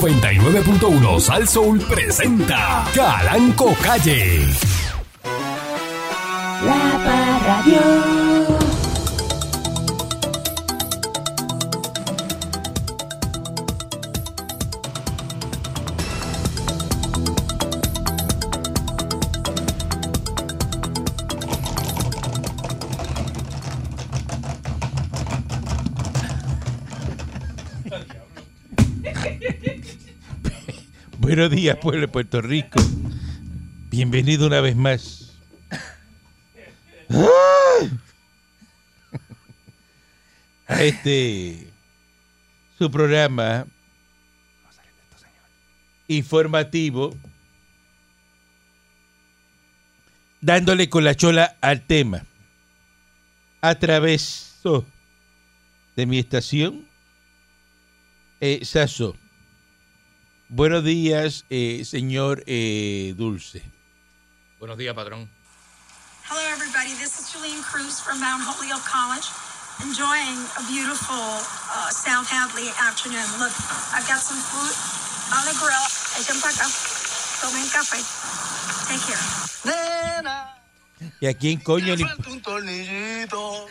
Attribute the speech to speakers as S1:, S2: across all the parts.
S1: 99.1 Sal Soul presenta Calanco Calle.
S2: La Parradio.
S3: Buenos días, pueblo de Puerto Rico. Bienvenido una vez más. ¡Ah! A este su programa informativo dándole con la chola al tema a través oh, de mi estación eh, Sasso. Buenos días, eh, señor eh, Dulce.
S4: Buenos días, patrón.
S5: Hello, everybody. This is Julian Cruz from Mount Holyoke College, enjoying a beautiful uh, South Hadley afternoon. Look, I've got some food on the grill. Echen para acá. Tomen café. Take care.
S3: ¿Y a quién coño le,
S6: un tornillito.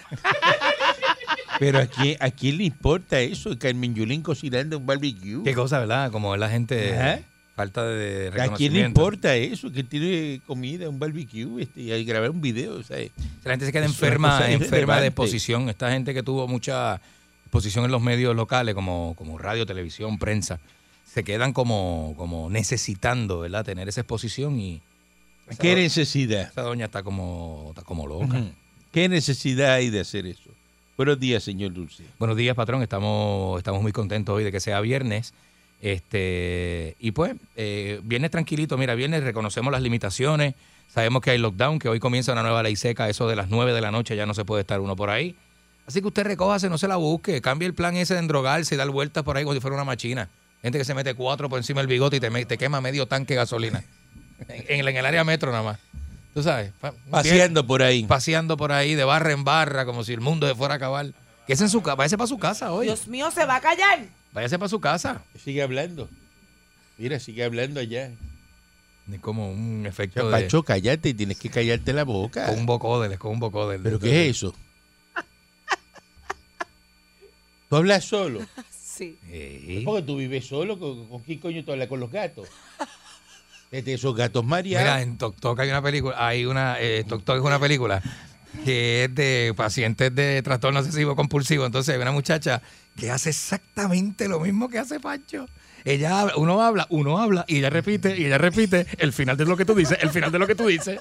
S3: pero a quién, a quién le importa eso? Carmen Yulín cocinando un barbecue.
S4: Qué cosa, ¿verdad? Como la gente.
S3: Ajá.
S4: Falta de reconocimiento.
S3: ¿Eh? ¿A quién le importa eso? Que tiene comida, un barbecue, este, y al grabar un video, ¿sabes?
S4: La gente se queda
S3: Es una
S4: enferma,
S3: cosa
S4: enferma
S3: irrelevante.
S4: de exposición. Esta gente que tuvo mucha exposición en los medios locales, como, como radio, televisión, prensa, se quedan como, como necesitando, ¿verdad? Tener esa exposición y
S3: ¿Qué necesidad?
S4: esa doña está como, está como loca.
S3: Ujú. ¿Qué necesidad hay de hacer eso? Buenos días, señor Dulce.
S4: Buenos días, patrón. Estamos, estamos muy contentos hoy de que sea viernes. Este, y pues, eh, viernes tranquilito, mira, viernes reconocemos las limitaciones, sabemos que hay lockdown, que hoy comienza una nueva ley seca, eso de las 9 de la noche ya no se puede estar uno por ahí. Así que usted recójase, no se la busque, cambie el plan ese de endrogarse y dar vueltas por ahí como si fuera una machina. Gente que se mete cuatro por encima del bigote y te, me- te quema medio tanque de gasolina. en, en el- en el área metro nada más. Tú sabes, Pues, pa- un vier-
S3: Paseando por ahí.
S4: paseando por ahí de barra en barra, como si el mundo se fuera a acabar. Que es en su casa, váyase para su casa hoy.
S7: Dios mío, se va a callar.
S4: Váyase para su casa.
S3: Sigue hablando. Mira, sigue hablando allá.
S4: Es como un efecto de
S3: Pacho, cállate, tienes que callarte la boca.
S4: con un bocódel, es con un bocódel.
S3: ¿Pero qué es eso? ¿Tú hablas solo?
S7: Sí.
S4: Eh,
S3: Porque tú vives solo. ¿Con, con quién coño tú hablas? ¿Con los gatos? Desde esos gatos
S4: Mira,
S3: mareados.
S4: en Tok Tok hay una película, hay una, eh, Tok Tok es una película que es de pacientes de trastorno obsesivo compulsivo. Entonces hay una muchacha que hace exactamente lo mismo que hace Pancho. Ella habla, uno habla, uno habla, y ella repite, y ella repite el final de lo que tú dices, el final de lo que tú dices.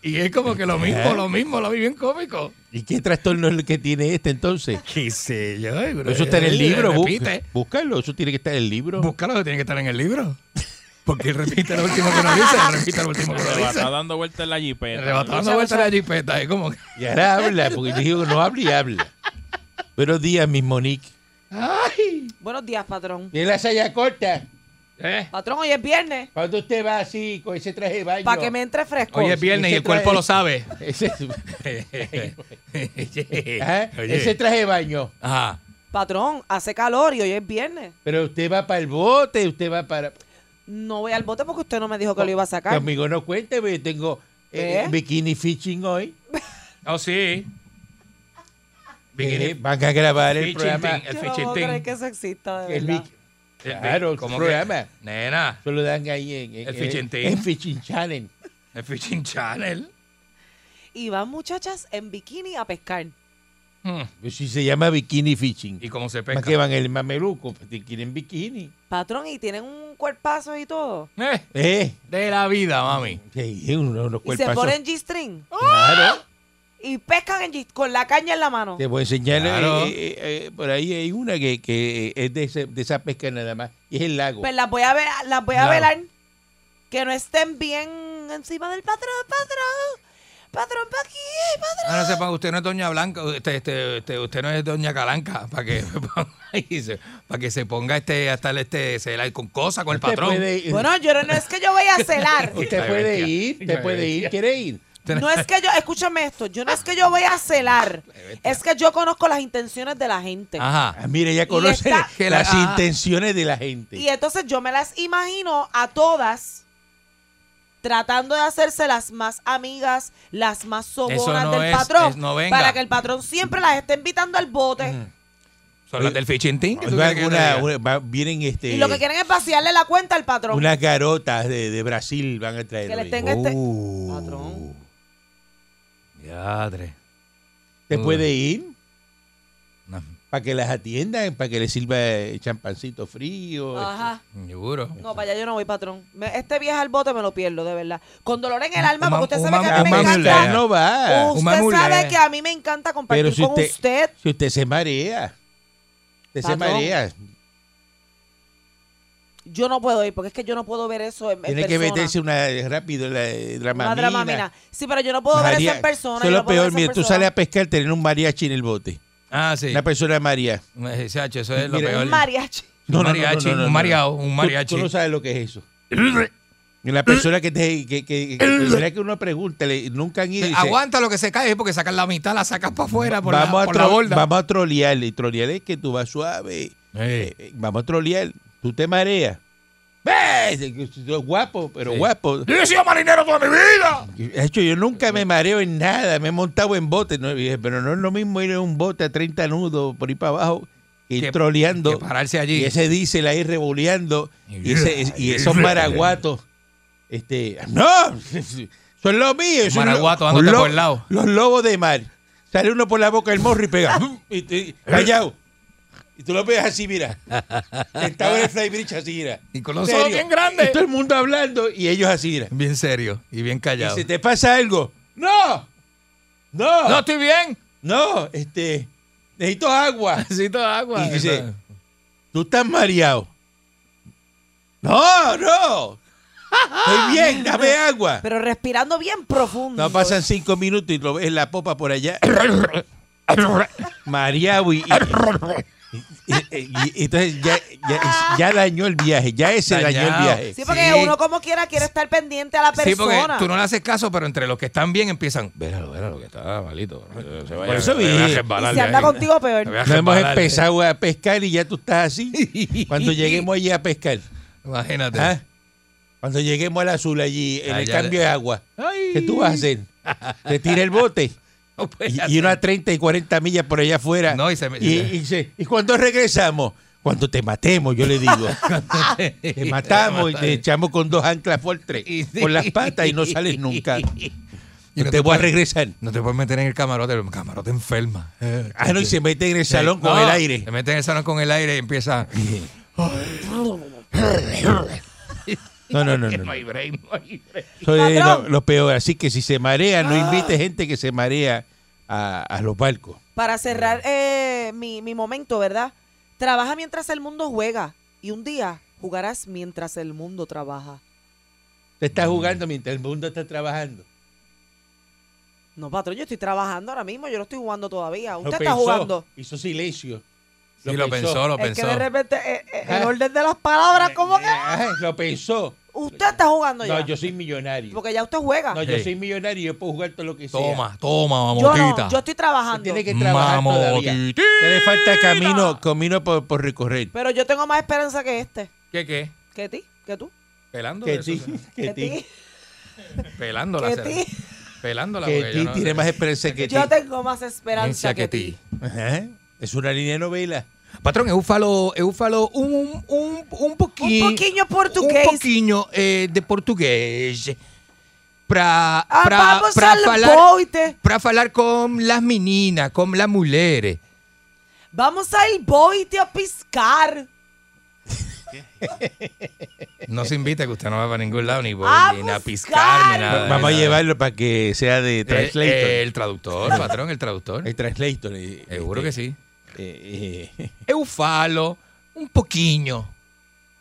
S4: Y es como que lo mismo, lo mismo, lo vi bien cómico.
S3: ¿Y qué trastorno es el que tiene este entonces?
S4: ¿Qué sé yo?
S3: Pero eh, eso está en el libro. bú-
S4: Repite.
S3: Búscalo, eso tiene que estar en el libro.
S4: Búscalo que tiene que estar en el libro. Porque él repite lo último que nos dice, él repite lo último que nos dice.
S8: Está dando vueltas en la jipeta.
S4: Arrebatando vuelta la jipeta, es como que-
S3: Y ahora habla, porque yo digo que no habla y habla. Buenos días, mis Monique.
S4: ¡Ay!
S7: Buenos días, patrón.
S3: Tiene la saya corta.
S4: Eh,
S7: Patrón, hoy es viernes.
S3: Cuando usted va así, con ese traje de baño.
S7: Para que me entre fresco.
S4: Hoy es viernes y el cuerpo lo sabe.
S3: Ese,
S4: Eh,
S3: Ajá,
S4: Oye.
S3: ese traje de baño.
S4: Ajá.
S7: Patrón, hace calor y hoy es viernes.
S3: Pero usted va para el bote, usted va para...
S7: No voy al bote porque usted no me dijo que lo iba a sacar.
S3: Conmigo no cuente, porque yo tengo eh,
S7: ¿Eh?
S3: bikini fishing hoy.
S4: Oh, sí.
S3: Eh, van a grabar el
S4: Fishing
S3: programa.
S4: thing,
S7: Yo
S4: el
S7: no
S4: fishing
S7: puedo
S4: thing.
S7: creer que eso exista, de
S3: El
S7: verdad.
S3: bik- Claro,
S4: como
S3: el programa.
S4: Nena,
S3: Eso lo dan ahí en... en-
S4: El fishing thing.
S3: En fishing challenge.
S4: el Fishing Channel.
S7: Y van muchachas en bikini a pescar.
S4: Hmm,
S3: Pues si se llama bikini fishing.
S4: Y cómo se
S3: Más
S4: pesca.
S3: que van el mameluco, pues, te quieren bikini.
S7: Patrón, y tienen un cuerpazo y todo.
S4: Eh,
S3: Eh,
S4: de la vida, mami.
S3: sí, uno- unos
S7: Y se
S3: cuerpazos.
S7: ponen G-string.
S3: Claro.
S7: Y pescan en G- con la caña en la mano.
S3: Te voy a enseñar,
S4: Claro.
S3: eh, eh, eh, por ahí hay una que, que eh, es de, ese- de esa pesca nada más, y es el lago.
S7: Pues las voy a, ver, las voy a
S3: Claro.
S7: velar. Que no estén bien encima del patrón, patrón. Patrón, pa' aquí, patrón.
S4: Ah, no sepan, usted no es doña Blanca, usted, este, este, usted no es doña Calanca, para que, para que se ponga este, hasta el este, se la- con cosa, con el
S3: Usted
S4: patrón.
S3: puede ir-
S7: Bueno, yo no, no es que yo voy a celar.
S3: usted
S4: Ay,
S3: puede
S4: bestia.
S3: ir,
S4: Ay,
S3: usted puede ir,
S4: bestia.
S3: quiere ir.
S7: No es que yo, escúchame esto, yo no es que yo voy a celar, es que yo conozco las intenciones de la gente.
S4: Ajá.
S3: Ah, mira, ella conoce
S7: está-
S4: que la-
S3: las
S4: ah.
S3: intenciones de la gente.
S7: Y entonces yo me las imagino a todas tratando de hacerse las más amigas, las más sobonas
S4: no
S7: del
S4: es-
S7: patrón,
S4: es- no venga.
S7: para que el patrón siempre las esté invitando al bote.
S4: Son las del fishing team. que tú
S3: Oiga,
S4: quieres que yo te
S3: una-
S4: diga.
S3: una- va- vienen este,
S7: Y lo que quieren es vaciarle la cuenta al patrón.
S3: unas garotas de, de Brasil, van a traer.
S7: Que le
S3: hoy.
S7: tenga este-
S3: Uh,
S7: Patrón.
S4: Diadre.
S3: ¿Te puede ir?
S4: Mm. No,
S3: Para que las atiendan, para que les sirva eh, champancito frío.
S7: Ajá.
S4: seguro.
S7: No, para allá yo no voy, patrón. Me- este viaje al bote me lo pierdo, de verdad. Con dolor en el alma,
S4: Un mam-
S7: porque usted
S4: un
S7: sabe que a
S3: Ah,
S7: mí me
S4: mam-
S7: encanta.
S3: mamulá no va.
S4: Un
S7: Usted
S4: mamulá.
S7: sabe que a mí me encanta compartir
S3: eh. Pero si
S7: Uh, con
S3: usted,
S7: usted.
S3: si usted se marea, usted se
S7: Patrón,
S3: marea.
S7: Yo no puedo ir, porque es que yo no puedo ver eso en, en
S3: Tiene que
S7: persona.
S3: meterse una rápido la eh, dramamina.
S7: Una dramamina. Sí, pero yo no puedo ver
S3: María-
S7: eso en persona.
S3: Eso
S7: yo
S3: es lo
S7: no puedo ver
S3: peor.
S7: eso en
S3: Mira, tú
S7: persona.
S3: sales a pescar tener un mariachi en el bote.
S4: Ah, sí.
S3: Una persona maría.
S4: Eh, Sacho, eso es lo
S3: Mira,
S4: peor.
S7: Un mariachi.
S4: Un mariachi, un mareado, un
S3: Tú-
S4: mariachi.
S3: Tú, no sabes lo que es eso. Y La persona que te. Que, que, que- será que uno pregunta, le- nunca han ido. y dice,
S4: Aguanta lo que se cae porque sacas la mitad, la sacas para afuera por,
S3: vamos,
S4: la,
S3: a
S4: por la
S3: tro-
S4: borda.
S3: vamos a trolearle. Y trolearle es que tú vas suave. Eh, eh, vamos a trolear. Tú te mareas. ¡Ves! Guapo, pero
S4: Sí.
S3: guapo.
S4: Yo he sido marinero toda mi vida.
S3: De hecho, yo nunca me mareo en nada, me he montado en bote, ¿no? Y dije, pero no es lo mismo ir en un bote a 30 nudos por ahí para abajo que ir
S4: Que-
S3: troleando.
S4: que pararse allí.
S3: Y ese diésel ahí revoleando y, ese- y esos maraguatos. Este, no, son los míos. son
S4: Maraguato
S3: los-
S4: dándote
S3: los-
S4: por el lado.
S3: Los lobos de mar. Sale uno por la boca del morro y pega. y,
S4: Eh,
S3: te- callao. Y tú lo pegas así, mira. Sentado en el flybridge así, mira.
S4: Y con los ojos
S3: Serio.
S4: bien grandes.
S3: Y todo el mundo hablando y ellos así, mira.
S4: Bien serio y bien
S3: Y
S4: callado.
S3: si te pasa algo, no, no,
S4: No
S3: no,
S4: estoy bien.
S3: este, necesito agua.
S4: Necesito agua.
S3: Y dice, Tú estás mareado. No, no, estoy bien, dame agua.
S7: Pero respirando bien profundo.
S3: Ah. No pasan cinco minutos y lo ves en la popa por allá,
S4: "Ah,
S3: mareado y, y- y- y- entonces ya, ya, ya dañó el viaje, ya ese dañó el
S4: Dañado.
S3: viaje.
S7: Sí, porque
S4: Sí.
S7: uno como quiera quiere estar pendiente a la persona.
S4: Sí, porque tú no le haces caso, pero entre los que están bien empiezan. Véralo, véralo, que está malito. Se vaya-
S3: Por eso
S4: se vaya a
S3: vi.
S4: resbalar
S7: y
S4: de
S7: se anda
S4: ahí.
S7: contigo
S4: Se
S7: peor.
S4: vaya a
S3: No hemos
S4: resbalar.
S3: empezado a pescar y ya tú estás así. Cuando lleguemos allí a pescar.
S4: Imagínate.
S3: ¿Ah? Cuando lleguemos al azul allí, en
S4: Ah,
S3: el
S4: ya
S3: cambio
S4: le-
S3: de agua,
S4: Ay.
S3: ¿qué tú vas a hacer? Te tira el bote
S4: No puede
S3: y,
S4: hacer.
S3: y unas 30 y 40 millas por allá afuera.
S4: No, y se me-
S3: y se- ¿y cuando regresamos? Cuando te matemos, yo le digo. Te matamos y te echamos con dos anclas por tres,
S4: Y sí.
S3: con las patas y no sales nunca.
S4: Y no
S3: te
S4: te
S3: voy a
S4: puedes-
S3: regresar.
S4: No te puedes meter en el camarote, el camarote enferma. Eh,
S3: Ah, no, y se mete en el salón con
S4: no,
S3: el aire.
S4: Te metes en el salón con el aire y empieza.
S3: No, no, no. no,
S4: No
S3: no.
S4: hay break, no hay break.
S3: Eso es
S7: Patrón.
S3: lo, lo peor. Así que si se marea, no invite gente que se marea a, a los barcos.
S7: Para cerrar eh, mi, mi momento, ¿verdad? Trabaja mientras el mundo juega. Y un día jugarás mientras el mundo trabaja.
S3: Te estás
S4: Mm.
S3: jugando mientras el mundo está trabajando.
S7: No, patrón, yo estoy trabajando ahora mismo. Yo no estoy jugando todavía.
S3: Lo
S7: Usted está
S3: pensó,
S7: jugando.
S3: Hizo silencio.
S4: Sí, lo pensó, lo
S7: Es que
S4: pensó.
S7: de repente, eh, eh, el
S3: Ah.
S7: orden de las palabras, ¿cómo que?
S3: Ay, lo pensó.
S7: Usted está jugando ya.
S3: No, yo soy millonario.
S7: Porque ya usted juega.
S3: No, yo
S4: Sí.
S3: soy millonario y yo puedo jugar todo lo que sea.
S4: Toma, toma,
S7: yo
S4: mamotita.
S7: no, yo estoy trabajando.
S3: Tiene que trabajar todavía.
S4: Mamotita.
S3: Te le falta camino, camino por, por recorrer.
S7: Pero yo tengo más esperanza que este.
S4: ¿Qué qué?
S7: Que ti, que tú.
S4: Pelando.
S3: Que
S4: eso,
S3: ti,
S4: o sea,
S3: que ti,
S4: Pelándola.
S7: Que
S4: será.
S7: ti.
S4: Pelándola.
S3: que
S4: porque yo
S3: ti
S4: no-
S3: tiene más experiencia que ti.
S7: Yo tengo más esperanza
S4: Ciencia
S7: que ti.
S3: Ajá. Es una línea de novela.
S4: Patrón, eufalo, eufalo un, un, un poquinho.
S7: Un pouquinho português.
S4: Un poquinho eh, de portugués. Para
S7: Ah,
S4: para
S7: vamos
S4: para
S7: al
S4: falar,
S7: boite.
S4: para falar con las meninas, con las mujeres.
S7: Vamos al boite a piscar.
S4: No se invita que usted no va para ningún lado ni, por-
S7: A
S4: ni a
S7: Ah, buscar.
S4: piscar ni nada.
S3: Vamos a
S4: Ni
S3: llevarlo para que sea de
S4: nada. Eh,
S3: translator.
S4: eh, el traductor, patrón, el traductor.
S3: el translator. eh,
S4: Seguro que
S3: este,
S4: sí.
S3: eh, eh.
S4: Eufalo un poquinho.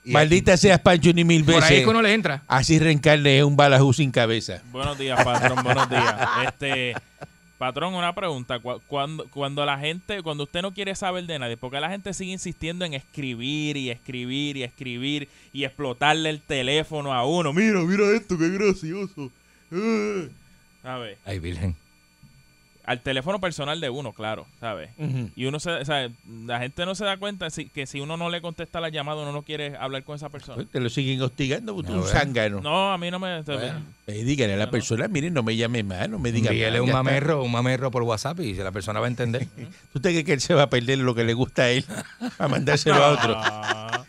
S4: Y
S3: Maldita seas Pancho ni mil
S4: Por
S3: veces.
S4: ahí es que uno le entra.
S3: Así reencarne es un balajú sin cabeza.
S2: Buenos días, patrón, buenos días. Este, patrón, una pregunta. Cu- Cuando, cuando la gente, cuando usted no quiere saber de nadie, ¿por qué la gente sigue insistiendo en escribir y escribir y escribir y explotarle el teléfono a uno? Mira, mira esto, qué gracioso. Ah. A ver.
S4: Ay, Virgen.
S2: Al teléfono personal de uno, claro, ¿sabes? Y uno se, o sea, la gente no se da cuenta si- que si uno no le contesta la llamada, uno no quiere hablar con esa persona.
S3: Te lo siguen hostigando, tú
S4: No,
S3: un
S4: eh.
S3: zángano.
S2: No, a mí no me...
S3: Bueno, eh, dígale a la persona, mire, no me llame más, no me diga
S4: Envíele
S3: más,
S4: un
S3: ya está.
S4: mamerro, un mamerro por WhatsApp y la persona va a entender.
S3: ¿Tú te crees que él se va a perder lo que le gusta a él a mandárselo a otro?
S2: No, Ah,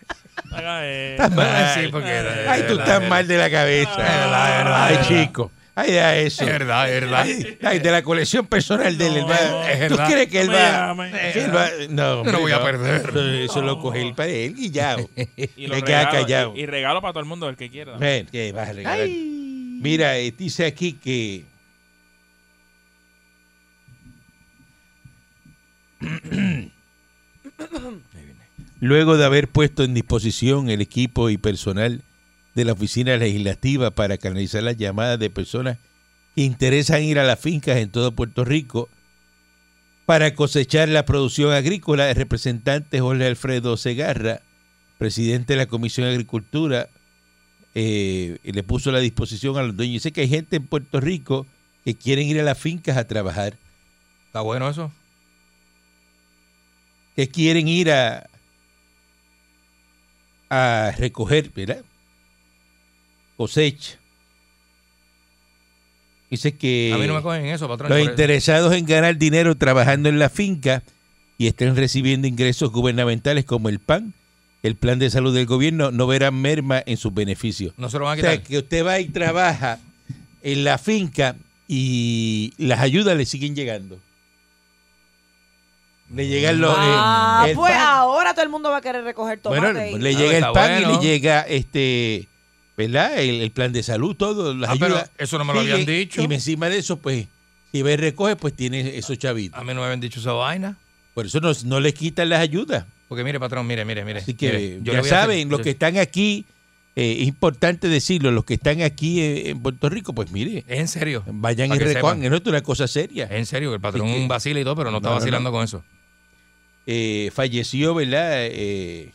S2: haga eso.
S3: Estás mal.
S4: Sí, porque-
S3: Ay, tú estás mal de la cabeza.
S4: verdad, es verdad,
S3: Ay,
S4: es verdad.
S3: chico. Ay, da eso.
S4: Es verdad, es verdad.
S3: Ay, ay, de la colección personal de él. él va-
S4: es
S3: ¿Tú
S4: verdad.
S3: crees que él
S2: No me
S3: va,
S2: llame.
S3: que él va- No, hombre,
S4: No lo voy a
S3: no.
S4: perder.
S3: Eso, eso lo coge él para él guillao.
S2: Y
S3: Me
S2: los
S3: queda
S2: regalos,
S3: callado.
S2: Y, y regalo para todo el mundo, el que quiera.
S3: Ven, que vas a regalar. Mira, eh, dice aquí que. Luego de haber puesto en disposición el equipo y personal de la oficina legislativa para canalizar las llamadas de personas que interesan ir a las fincas en todo Puerto Rico para cosechar la producción agrícola, el representante Jorge Alfredo Segarra, presidente de la Comisión de Agricultura, eh, le puso a la disposición a los dueños. Dice que hay gente en Puerto Rico que quieren ir a las fincas a trabajar,
S4: Está bueno eso.
S3: que quieren ir a, a recoger, ¿verdad? Cosecha. Dice que
S4: A mí no me cogen eso, patrón.
S3: los
S4: por eso.
S3: interesados en ganar dinero trabajando en la finca y estén recibiendo ingresos gubernamentales como el PAN, el plan de salud del gobierno, no verán merma en sus beneficios.
S4: No se lo van a
S3: O
S4: quitar.
S3: sea, que usted va y trabaja en la finca y las ayudas le siguen llegando. Le llegan los. eh,
S7: Ah,
S3: el
S7: pues
S3: pan.
S7: ahora todo el mundo va a querer recoger tomate.
S3: Bueno,
S7: y-
S3: le
S4: Ah,
S3: llega
S4: está
S3: el pan y
S4: bueno.
S3: le llega este. ¿Verdad? El, el plan de salud, todo, las
S4: Ah, pero
S3: ayudas.
S4: eso no me lo
S3: siguen,
S4: habían dicho.
S3: Y encima de eso, pues, si ve y recoge, pues tiene esos chavitos.
S4: A mí no me habían dicho esa vaina.
S3: Por eso no, no le quitan las ayudas. Porque
S4: Mire, patrón, mire, mire, mire.
S3: Así que
S4: Eh, Mire,
S3: ya
S4: yo le voy a hacer-
S3: saben, los que están aquí, eh, es importante decirlo, los que están aquí eh, en Puerto Rico, pues mire,
S4: Es en serio.
S3: vayan
S4: Pa'
S3: y
S4: que
S3: recojan.
S4: sepan. Eh.
S3: Esto es una cosa seria.
S4: Es en serio, que el patrón
S3: Así que-
S4: vacila y todo, pero no, está
S3: No, no,
S4: vacilando con eso.
S3: Eh, falleció, ¿verdad? Eh,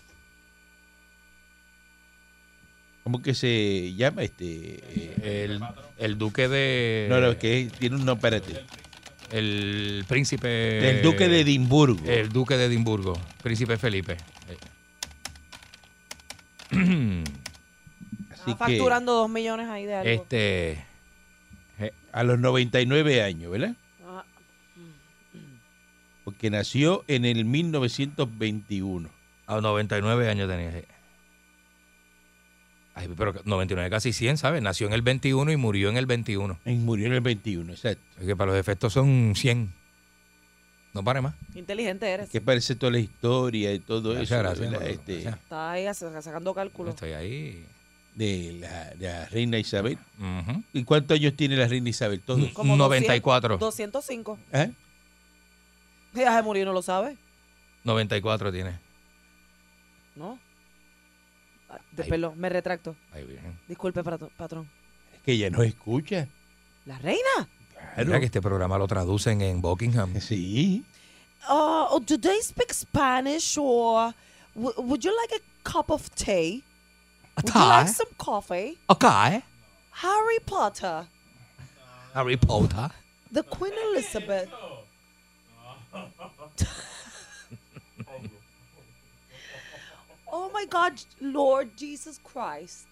S3: ¿Cómo que se llama este? Eh,
S4: El, el duque de.
S3: no, no, que es- tiene un no, espérate.
S4: El príncipe.
S3: El duque
S4: Eh,
S3: de Edimburgo.
S4: El duque de Edimburgo, príncipe Felipe. Eh,
S3: Así
S7: Está
S3: que
S7: facturando dos millones ahí de algo.
S4: Este.
S3: a los 99 años, ¿verdad?
S7: Ah,
S3: Porque nació en el 1921.
S4: A 99 años tenía. sí. Ay, pero 99 casi 100, ¿sabes? Nació en el 21 y murió en el 21.
S3: Y murió en el 21, exacto.
S4: Así que para los efectos son 100. No pare más.
S7: inteligente eres.
S3: Que parece toda la historia y todo
S4: Gracias,
S3: eso.
S4: gracias,
S3: ¿verdad?
S4: Manolo,
S3: Este,
S4: gracias.
S7: Está ahí hace- sacando cálculos.
S4: Estoy ahí.
S3: de, la, de la reina Isabel.
S4: Ujú.
S3: ¿Y cuántos años tiene la reina Isabel? Todos.
S4: Mm.
S7: Como
S4: 94.
S7: 205.
S3: ¿Ah?
S7: Ya se murió y no lo sabe,
S4: 94 tiene.
S7: ¿no? Ah, de- perdón, me retracto.
S4: Ay, virgen.
S7: Disculpe, patro- patrón.
S3: Es que ella nos escucha.
S7: ¿La reina?
S3: Claro.
S4: Mira que este programa lo traducen en Buckingham.
S3: Sí.
S7: Uh, oh, do they speak Spanish or w- would you like a cup of tea? Would you like some coffee?
S4: Ok.
S7: Harry Potter,
S4: Harry Potter.
S7: the Queen Elizabeth. oh my God, Lord Jesus Christ.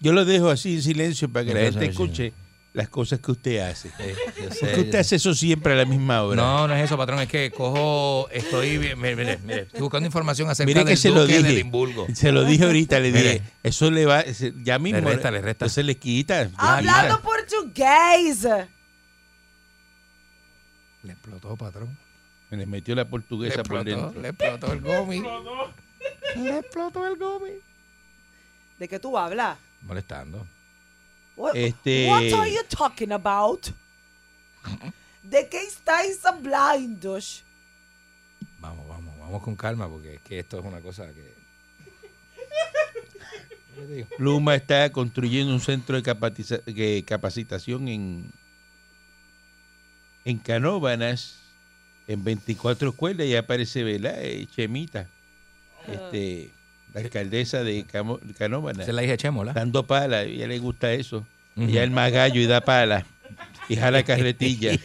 S3: Yo lo dejo así en silencio para que la
S4: Yo
S3: gente
S4: sé, sí.
S3: escuche las cosas que usted hace.
S4: Eh, yo sé,
S3: Porque usted
S4: yo-
S3: hace eso siempre a la misma hora.
S4: No, no es eso, patrón. Es que cojo, estoy, mire, mire, mire, estoy buscando información acerca
S3: Mire que
S4: del
S3: se lo
S4: duque de
S3: dije.
S4: Edimburgo.
S3: Se lo dije ahorita, le dije.
S4: Mire.
S3: Eso le va. se- Ya mismo.
S4: resta, le resta.
S3: Se le quita.
S7: Hablando portugués.
S4: Le explotó, patrón.
S3: Me le metió la
S4: Le
S3: portuguesa por
S4: explotó,
S3: dentro.
S4: le explotó el gomi. Le explotó el gomi.
S7: ¿De qué tú hablas?
S4: Molestando.
S7: What,
S3: Este-
S7: what are you talking about? ¿De qué estáis hablando?
S4: Vamos, vamos, vamos con calma porque es que esto es una cosa que... ¿Qué le digo?
S3: Pluma está construyendo un centro de, capatiza- de capacitación en, en Canóvanas, en 24 escuelas, y aparece, ¿verdad? Eh, Chemita. Este, la alcaldesa de Camo- Canóvana,
S4: Esa es la hija de Chemo, ¿verdad?
S3: dando palas, a ella le gusta eso.
S4: Ujú.
S3: Ella es magallo y da palas. Y jala carretilla.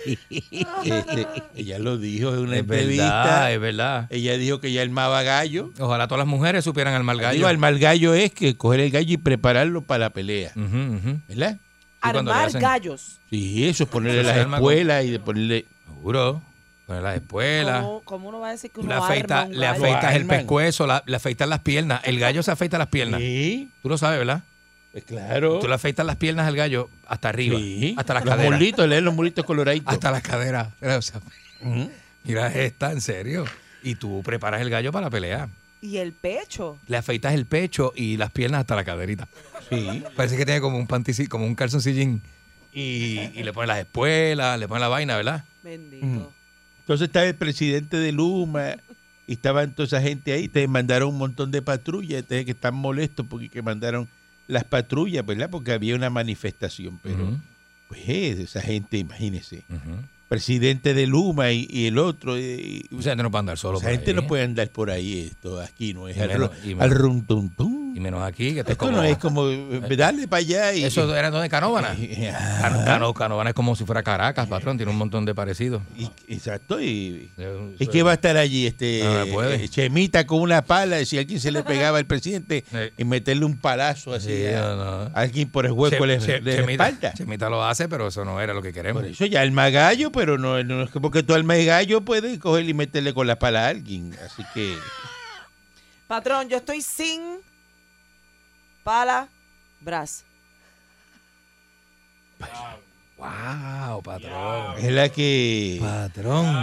S3: Este, ella lo dijo en una
S4: Es
S3: entrevista.
S4: verdad, es verdad.
S3: Ella dijo que ya armaba gallo.
S4: Eh, Ojalá todas las mujeres supieran al mal gallo.
S3: Digo, armar gallo es que coger el gallo y prepararlo para la pelea,
S4: Ujú, ujú.
S3: ¿verdad?
S4: cuando le
S7: Armar
S4: hacen-
S7: gallos.
S3: Sí, eso es ponerle
S4: Eso se
S3: las
S4: arma con-
S3: espuelas y de ponerle...
S4: Seguro. Poner las espuelas.
S7: ¿Cómo, cómo uno va a decir que uno
S4: Le,
S7: arma
S4: afeita,
S7: un
S4: le
S7: gallo?
S3: afeita.
S4: afeitas el
S3: Arman.
S4: pescuezo, la- le afeitas las piernas. El gallo se afeita las piernas.
S3: Sí,
S4: Tú lo sabes, ¿verdad?
S3: pues claro.
S4: Tú le afeitas las piernas al gallo hasta arriba.
S3: Sí.
S4: Hasta las
S3: los
S4: caderas.
S3: molitos, leen los molitos coloraditos.
S4: Hasta las caderas. O sea,
S3: Ujú.
S4: mira esta, en serio. Y tú preparas el gallo para la pelea.
S7: Y el pecho.
S4: Le afeitas el pecho y las piernas hasta la caderita.
S3: Sí.
S4: Parece que tiene como un pantici- como un calzoncillín. Y, y le pones las espuelas, le pones la vaina, ¿verdad?
S7: Bendito.
S3: Entonces estaba el presidente de Luma y estaban toda esa gente ahí. Te mandaron un montón de patrullas. Entonces que están molestos porque que mandaron las patrullas, ¿verdad? Porque había una manifestación. Pero,
S4: Ujú,
S3: pues, esa gente, imagínese.
S4: ujú.
S3: Presidente de Luma y, y el otro. eh, y-
S4: Esa gente no puede andar solo.
S3: esa
S4: por
S3: gente
S4: ahí,
S3: no
S4: ¿eh?
S3: puede andar por ahí. Esto aquí no es
S4: Y
S3: al,
S4: menos-
S3: ru-
S4: y menos-
S3: al runtuntum.
S4: ¿eh? Y menos aquí, que esto es
S3: Esto
S4: como.
S3: no es como eh, darle para allá y.
S4: Eso era donde Canóvana.
S3: y- ah,
S4: Cano- Cano- Canóvana es como si fuera Caracas, patrón. Tiene un montón de parecidos.
S3: y- exacto. Y, ¿Y
S4: Es
S3: qué va a estar allí? Este,
S4: No, no puede.
S3: eh, Chemita con una pala, si alguien se le pegaba al presidente,
S4: Sí.
S3: y meterle un palazo así
S4: Sí,
S3: a,
S4: no, no.
S3: a alguien por el hueco
S4: Che-
S3: de la-
S4: Che-
S3: de la
S4: Chemita,
S3: espalda.
S4: Chemita lo hace, pero eso no era lo que queremos.
S3: Por eso ya alma gallo, pero no, no es que porque tú alma gallo puedes coger y meterle con la pala a alguien. Así que
S7: Patrón, yo estoy sin palabras.
S4: Wow, patrón.
S3: es la que.
S4: Patrón.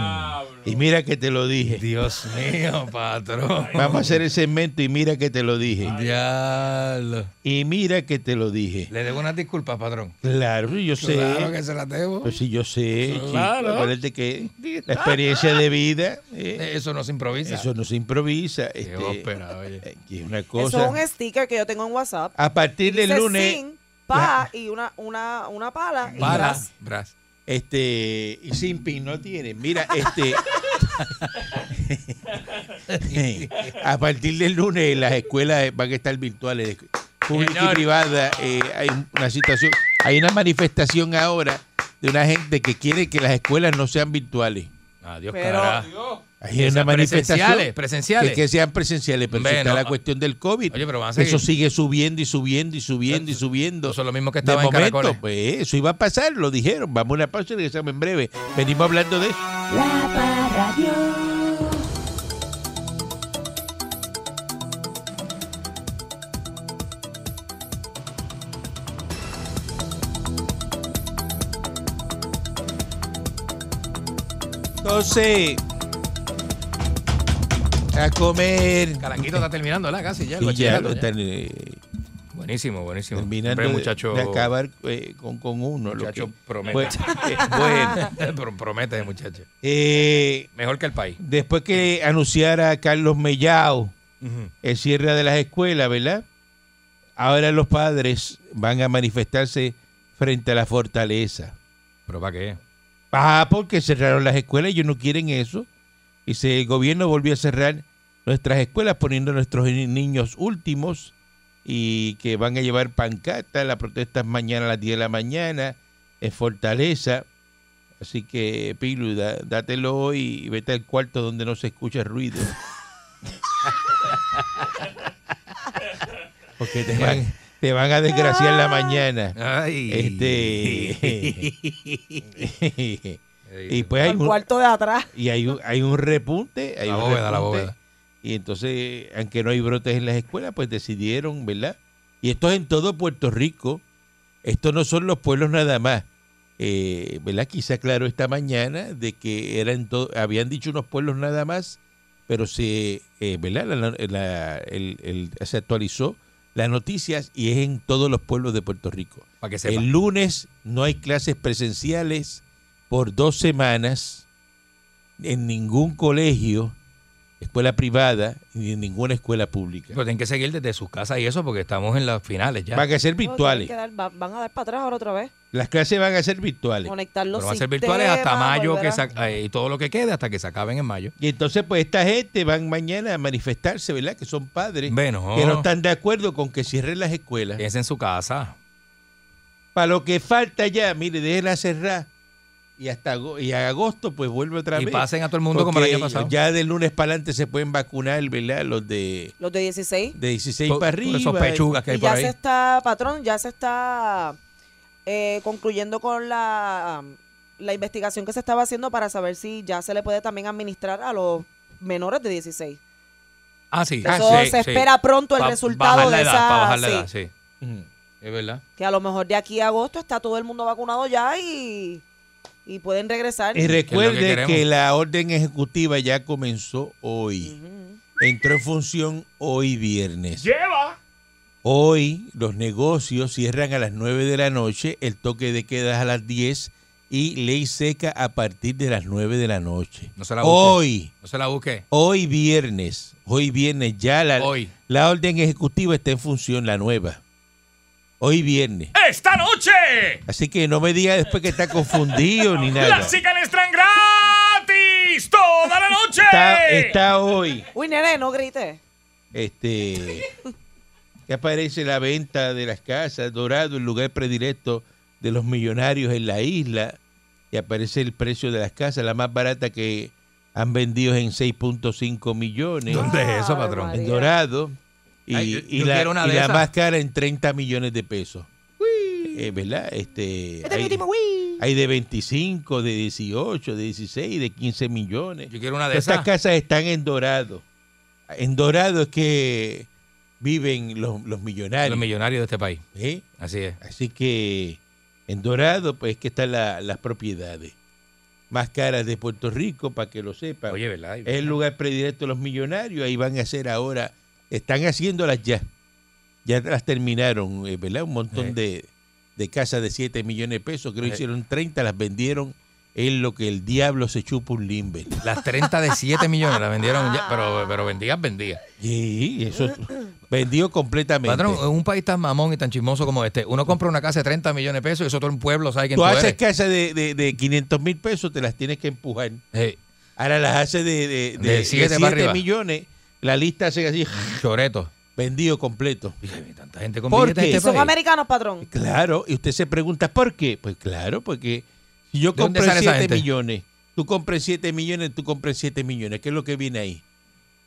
S3: Y mira que te lo dije.
S4: Dios mío, patrón.
S3: Vamos a hacer el segmento y mira que te lo dije.
S4: Diablo.
S3: Y mira que te lo dije.
S4: Le debo unas disculpas, patrón.
S3: Claro, yo sé.
S4: Claro que se las debo.
S3: Pues sí, yo sé. chico.
S4: Claro.
S3: Acuérdate que la experiencia de vida. eh,
S4: Eh, Eso no se improvisa.
S3: Eso no se improvisa.
S4: Qué
S3: Este,
S4: ópera, oye.
S3: eh, que es una
S7: Eso
S3: cosa.
S7: es un sticker que yo tengo en WhatsApp.
S3: A partir del
S7: Dice
S3: lunes,
S7: Sin, pa y una, una, una pala. y
S4: Para.
S7: bras.
S4: Bras.
S3: este, y sin pin no tiene. Mira, este. a partir del lunes las escuelas van a estar virtuales, pública y
S4: Señor.
S3: privada. eh, hay una situación, hay una manifestación ahora de una gente que quiere que las escuelas no sean virtuales.
S4: Adiós,
S7: Pero-
S4: cara.
S3: Hay
S4: Que
S3: una
S4: sean
S3: manifestación
S4: Presenciales, presenciales.
S3: que, que sean presenciales, pero si
S4: Bueno,
S3: está la
S4: ah,
S3: cuestión del COVID.
S4: oye, pero van a seguir.
S3: eso sigue subiendo y subiendo y subiendo y subiendo.
S4: Eso es lo mismo que estaba
S3: de
S4: en
S3: momento,
S4: Caracoles.
S3: pues eso iba a pasar, lo dijeron. Vamos a una pausa y regresamos en breve. Venimos hablando de eso. Entonces, a comer.
S4: Calanquito está terminando, ¿verdad? Casi ya. el
S3: Y ya
S4: bachillerato,
S3: lo
S4: ya.
S3: están, eh,
S4: Buenísimo, buenísimo.
S3: terminando
S4: Siempre
S3: de-
S4: muchacho,
S3: de acabar eh, con, con uno. lo
S4: muchacho
S3: que-
S4: promete.
S3: Pues, eh, bueno,
S4: Pro- promete, muchacho.
S3: eh,
S4: Mejor que el país.
S3: después que anunciara Carlos Mellao el cierre de las escuelas, ¿verdad? Ahora los padres van a manifestarse frente a la fortaleza.
S4: ¿Pero para qué?
S3: Ah, porque cerraron las escuelas, ellos no quieren eso. Y si el gobierno volvió a cerrar nuestras escuelas poniendo a nuestros ni- niños últimos y que van a llevar pancartas, las protestas mañana a las 10 de la mañana en Fortaleza. Así que, Pilu, da- dátelo hoy y vete al cuarto donde no se escucha ruido. Porque te van, te van a desgraciar la mañana.
S4: Ay.
S3: Este. y pues hay
S7: Al
S3: un,
S7: cuarto de atrás.
S3: y hay un, hay un repunte. Hay
S4: La
S3: un
S4: bóveda, la
S3: repunte.
S4: bóveda.
S3: Y entonces, aunque no hay brotes en las escuelas, pues decidieron, ¿verdad? Y esto es en todo Puerto Rico. Esto no son los pueblos nada más. Eh, ¿Verdad? Quizá aclaró esta mañana de que eran to- habían dicho unos pueblos nada más, pero se, eh, ¿verdad? La- la- la- el- el- se actualizó las noticias y es en todos los pueblos de Puerto Rico.
S4: Para que sepa.
S3: El lunes no hay clases presenciales por dos semanas en ningún colegio, escuela privada, ni en ninguna escuela pública.
S4: Pero tienen que seguir desde sus casas y eso porque estamos en las finales ya.
S3: Van a ser
S7: No, tienen
S3: virtuales.
S7: que dar- va- van a dar para atrás ahora otra vez.
S3: Las clases van a ser virtuales.
S7: Conectar los
S4: Pero van a ser virtuales hasta
S7: sistemas,
S4: mayo, que
S7: volver a-
S4: se ac- eh, y todo lo que quede hasta que se acaben en mayo.
S3: Y entonces, pues, esta gente van mañana a manifestarse, ¿verdad? Que son padres
S4: Bueno,
S3: que no están de acuerdo con que cierren las escuelas.
S4: piensa en su casa.
S3: Para lo que falta ya, mire, déjenla cerrar. Y hasta ago- y a agosto, pues vuelve otra
S4: Y
S3: vez.
S4: pasen a todo el mundo como el
S3: Porque
S4: año pasado.
S3: Ya del lunes para adelante se pueden vacunar, ¿verdad? Los de,
S7: Los de 16.
S3: de 16
S4: Por-
S3: para
S4: por
S3: arriba.
S4: Esos pechugas que hay
S7: Y
S4: por
S7: ya
S4: ahí.
S7: se está, patrón, ya se está eh, concluyendo con la, um, la investigación que se estaba haciendo para saber si ya se le puede también administrar a los menores de 16.
S4: Ah, sí.
S3: Ah,
S7: Eso
S3: sí,
S7: se espera pronto el resultado de esa...
S4: Para bajar la
S7: sí,
S4: edad, sí.
S3: Ujú.
S4: Es verdad.
S7: que a lo mejor de aquí a agosto está todo el mundo vacunado ya y, y pueden regresar.
S3: Y
S4: Que
S3: recuerde
S4: es lo que
S3: que,
S4: queremos.
S3: la orden ejecutiva ya comenzó hoy.
S7: Ujú.
S3: Entró en función hoy viernes. ¡Lleva! Hoy los negocios cierran a las 9 de la noche, el toque de queda es a las 10 y ley seca a partir de las 9 de la noche.
S4: No se la busque.
S3: hoy,
S4: No se la busque.
S3: hoy viernes, hoy viernes ya la,
S4: Hoy.
S3: la orden ejecutiva está en función, la nueva. Hoy viernes.
S8: ¡Esta noche!
S3: Así que no me diga después que está confundido ni nada.
S8: ¡Las chicas están gratis! ¡Toda la noche!
S3: Está, está hoy.
S7: Uy, nene, no grites.
S3: Este. Que aparece la venta de las casas, Dorado, el lugar predilecto de los millonarios en la isla. Y aparece el precio de las casas, la más barata que han vendido es en 6.5 millones.
S4: ¿Dónde es eso,
S7: Ave
S4: patrón?
S3: En
S7: María.
S3: Dorado. Y,
S4: Ay, yo-
S3: y
S4: yo
S3: la,
S4: quiero una
S3: y
S4: de
S3: la
S4: esas.
S3: más cara en 30 millones de pesos. Eh, ¿Verdad? Este, hay, hay de 25, de 18, de 16, de 15 millones.
S4: Yo quiero una de
S3: Todas
S4: esas.
S3: Estas casas están en Dorado. En Dorado es que viven los, los millonarios.
S4: Los millonarios de este país.
S3: ¿eh?
S4: Así es.
S3: Así que en Dorado, pues que están la- las propiedades más caras de Puerto Rico, para que lo sepan.
S4: Oye, ¿verdad?
S3: es el lugar predilecto de los millonarios. Ahí van a hacer ahora. Están haciéndolas ya. Ya las terminaron, eh, ¿verdad? Un montón
S4: Sí.
S3: de, de casas de 7 millones de pesos. Creo que
S4: Sí.
S3: hicieron 30, las vendieron. Es lo que el diablo se chupa un limber.
S4: Las 30 de 7 millones las vendieron ya, pero, pero vendías, vendías.
S3: Sí, eso vendió completamente.
S4: Patrón, en un país tan mamón y tan chismoso como este, uno compra una casa de 30 millones de pesos y eso todo el pueblo sabe quién tú,
S3: tú haces
S4: eres.
S3: casas de, de, de 500 mil pesos, te las tienes que empujar.
S4: Eh,
S3: Ahora las haces de, de, de,
S4: De siete
S3: de
S4: para
S3: siete
S4: arriba. Mm.
S3: millones, la lista hace así,
S4: choreto.
S3: vendido completo.
S4: Ay, Tanta gente con
S3: ¿Por
S4: billetes en
S3: qué?
S4: este
S7: Son
S4: país.
S7: americanos, patrón.
S3: Claro, y usted se pregunta, ¿por qué? Pues claro, porque si yo
S4: ¿De dónde
S3: compré
S4: sale esa
S3: 7
S4: gente?
S3: millones, tú compres 7 millones, tú compres 7 millones, ¿qué es lo que viene ahí?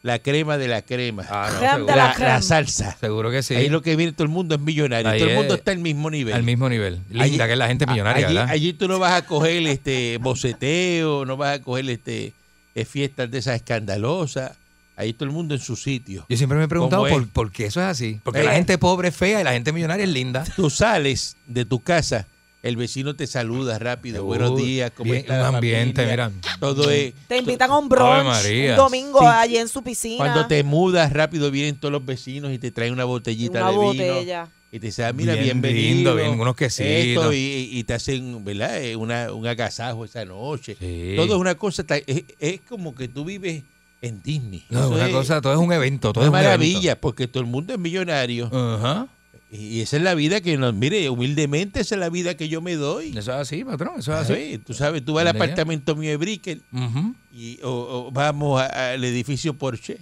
S3: La crema de la crema,
S4: Ah, no,
S7: Creme de
S4: seguro,
S7: la
S3: la,
S7: crema.
S3: la salsa.
S4: seguro que sí.
S3: Ahí lo que viene todo el mundo es millonario,
S4: Ahí
S3: todo el
S4: es-
S3: mundo está al mismo nivel.
S4: Al mismo nivel. Linda
S3: Allí-
S4: que es la gente millonaria,
S3: allí,
S4: ¿verdad?
S3: allí tú no vas a coger este boceteo, no vas a coger este eh, fiestas de esas escandalosas. Ahí todo el mundo en su sitio.
S4: Yo siempre me he preguntado
S3: ¿Cómo es?
S4: por, por qué eso es así. Porque
S3: Eh.
S4: la gente pobre es fea y la gente millonaria es linda.
S3: Tú sales de tu casa, el vecino te saluda rápido,
S4: Seguro.
S3: buenos días, ¿cómo
S4: Bien,
S3: está
S4: un
S3: la
S4: ambiente,
S3: familia?
S4: mira.
S3: Todo es
S7: Te invitan a un brunch
S4: María.
S7: un domingo
S3: Sí.
S7: allí en su piscina.
S3: cuando te mudas rápido vienen todos los vecinos y te traen una botellita
S7: una
S3: de vino.
S7: botella.
S3: Y te dicen, "Ah, mira,
S4: Bien
S3: bienvenido.
S4: lindo, bien, unos quesitos.
S3: Esto, y, y te hacen, ¿verdad? Eh, Una, un agasajo esa noche.
S4: Sí.
S3: Todo es una cosa, ta- es, es como que tú vives en Disney.
S4: No,
S3: Eso
S4: una
S3: es
S4: cosa, todo es un evento. Todo
S3: una
S4: es un
S3: maravilla, porque todo el mundo es millonario.
S4: evento. Ajá.
S3: Y esa es la vida que nos, mire, humildemente esa es la vida que yo me doy.
S4: Eso es así, patrón. Eso es así.
S3: Sí, tú sabes, tú vas al
S4: Mira ya.
S3: apartamento mío de Brickell
S4: Ujú.
S3: y, o, o vamos a- al edificio Porsche.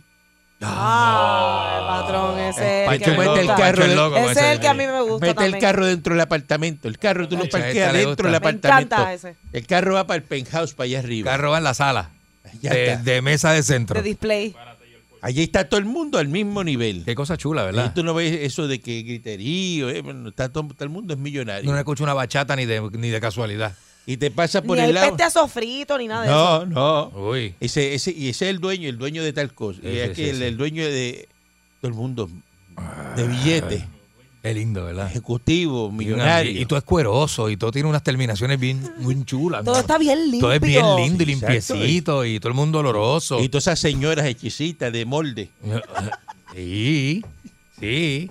S7: Ah, patrón, ese es el
S3: Pancho
S7: que me
S3: mete el
S7: gusta.
S3: carro
S4: Pancho es loco,
S7: Ese es el
S4: ese.
S7: que a mí me gusta
S3: Mete
S7: también.
S3: el carro dentro del apartamento. El carro tú lo
S4: Esa
S3: parqueas
S4: esta le
S3: dentro del
S4: gusta.
S7: Me
S3: apartamento.
S7: encanta ese.
S3: El carro va para el penthouse, para allá arriba.
S4: Carro va en la sala.
S3: Ya
S4: De,
S3: está.
S4: de mesa de centro.
S7: De display.
S3: Allí está todo el mundo al mismo nivel.
S4: Qué cosa chula,
S3: Ahí
S4: ¿verdad?
S3: tú no ves eso de que griterío, eh, bueno, está todo, todo el mundo es millonario.
S4: No escucho una bachata ni de, ni de casualidad.
S3: Y te pasa por
S7: Ni
S3: el
S7: hay
S3: lado.
S7: peste a sofrito este ni nada de eso.
S3: No, no.
S4: Uy.
S3: Ese, ese, y ese es el dueño, el dueño de tal cosa.
S4: Sí,
S3: y es
S4: sí,
S3: que
S4: sí,
S3: el,
S4: sí.
S3: el dueño de todo el mundo, de billetes,
S4: Qué lindo, ¿verdad?
S3: ejecutivo, millonario.
S4: Ah. Y, todo es cueroso y todo tiene unas terminaciones bien, bien chulas.
S7: Todo está bien limpio.
S4: Todo es bien lindo y
S3: Exacto,
S4: limpiecito y todo el mundo oloroso.
S3: Y todas esas señoras hechicitas de molde.
S4: eh, Sí, sí.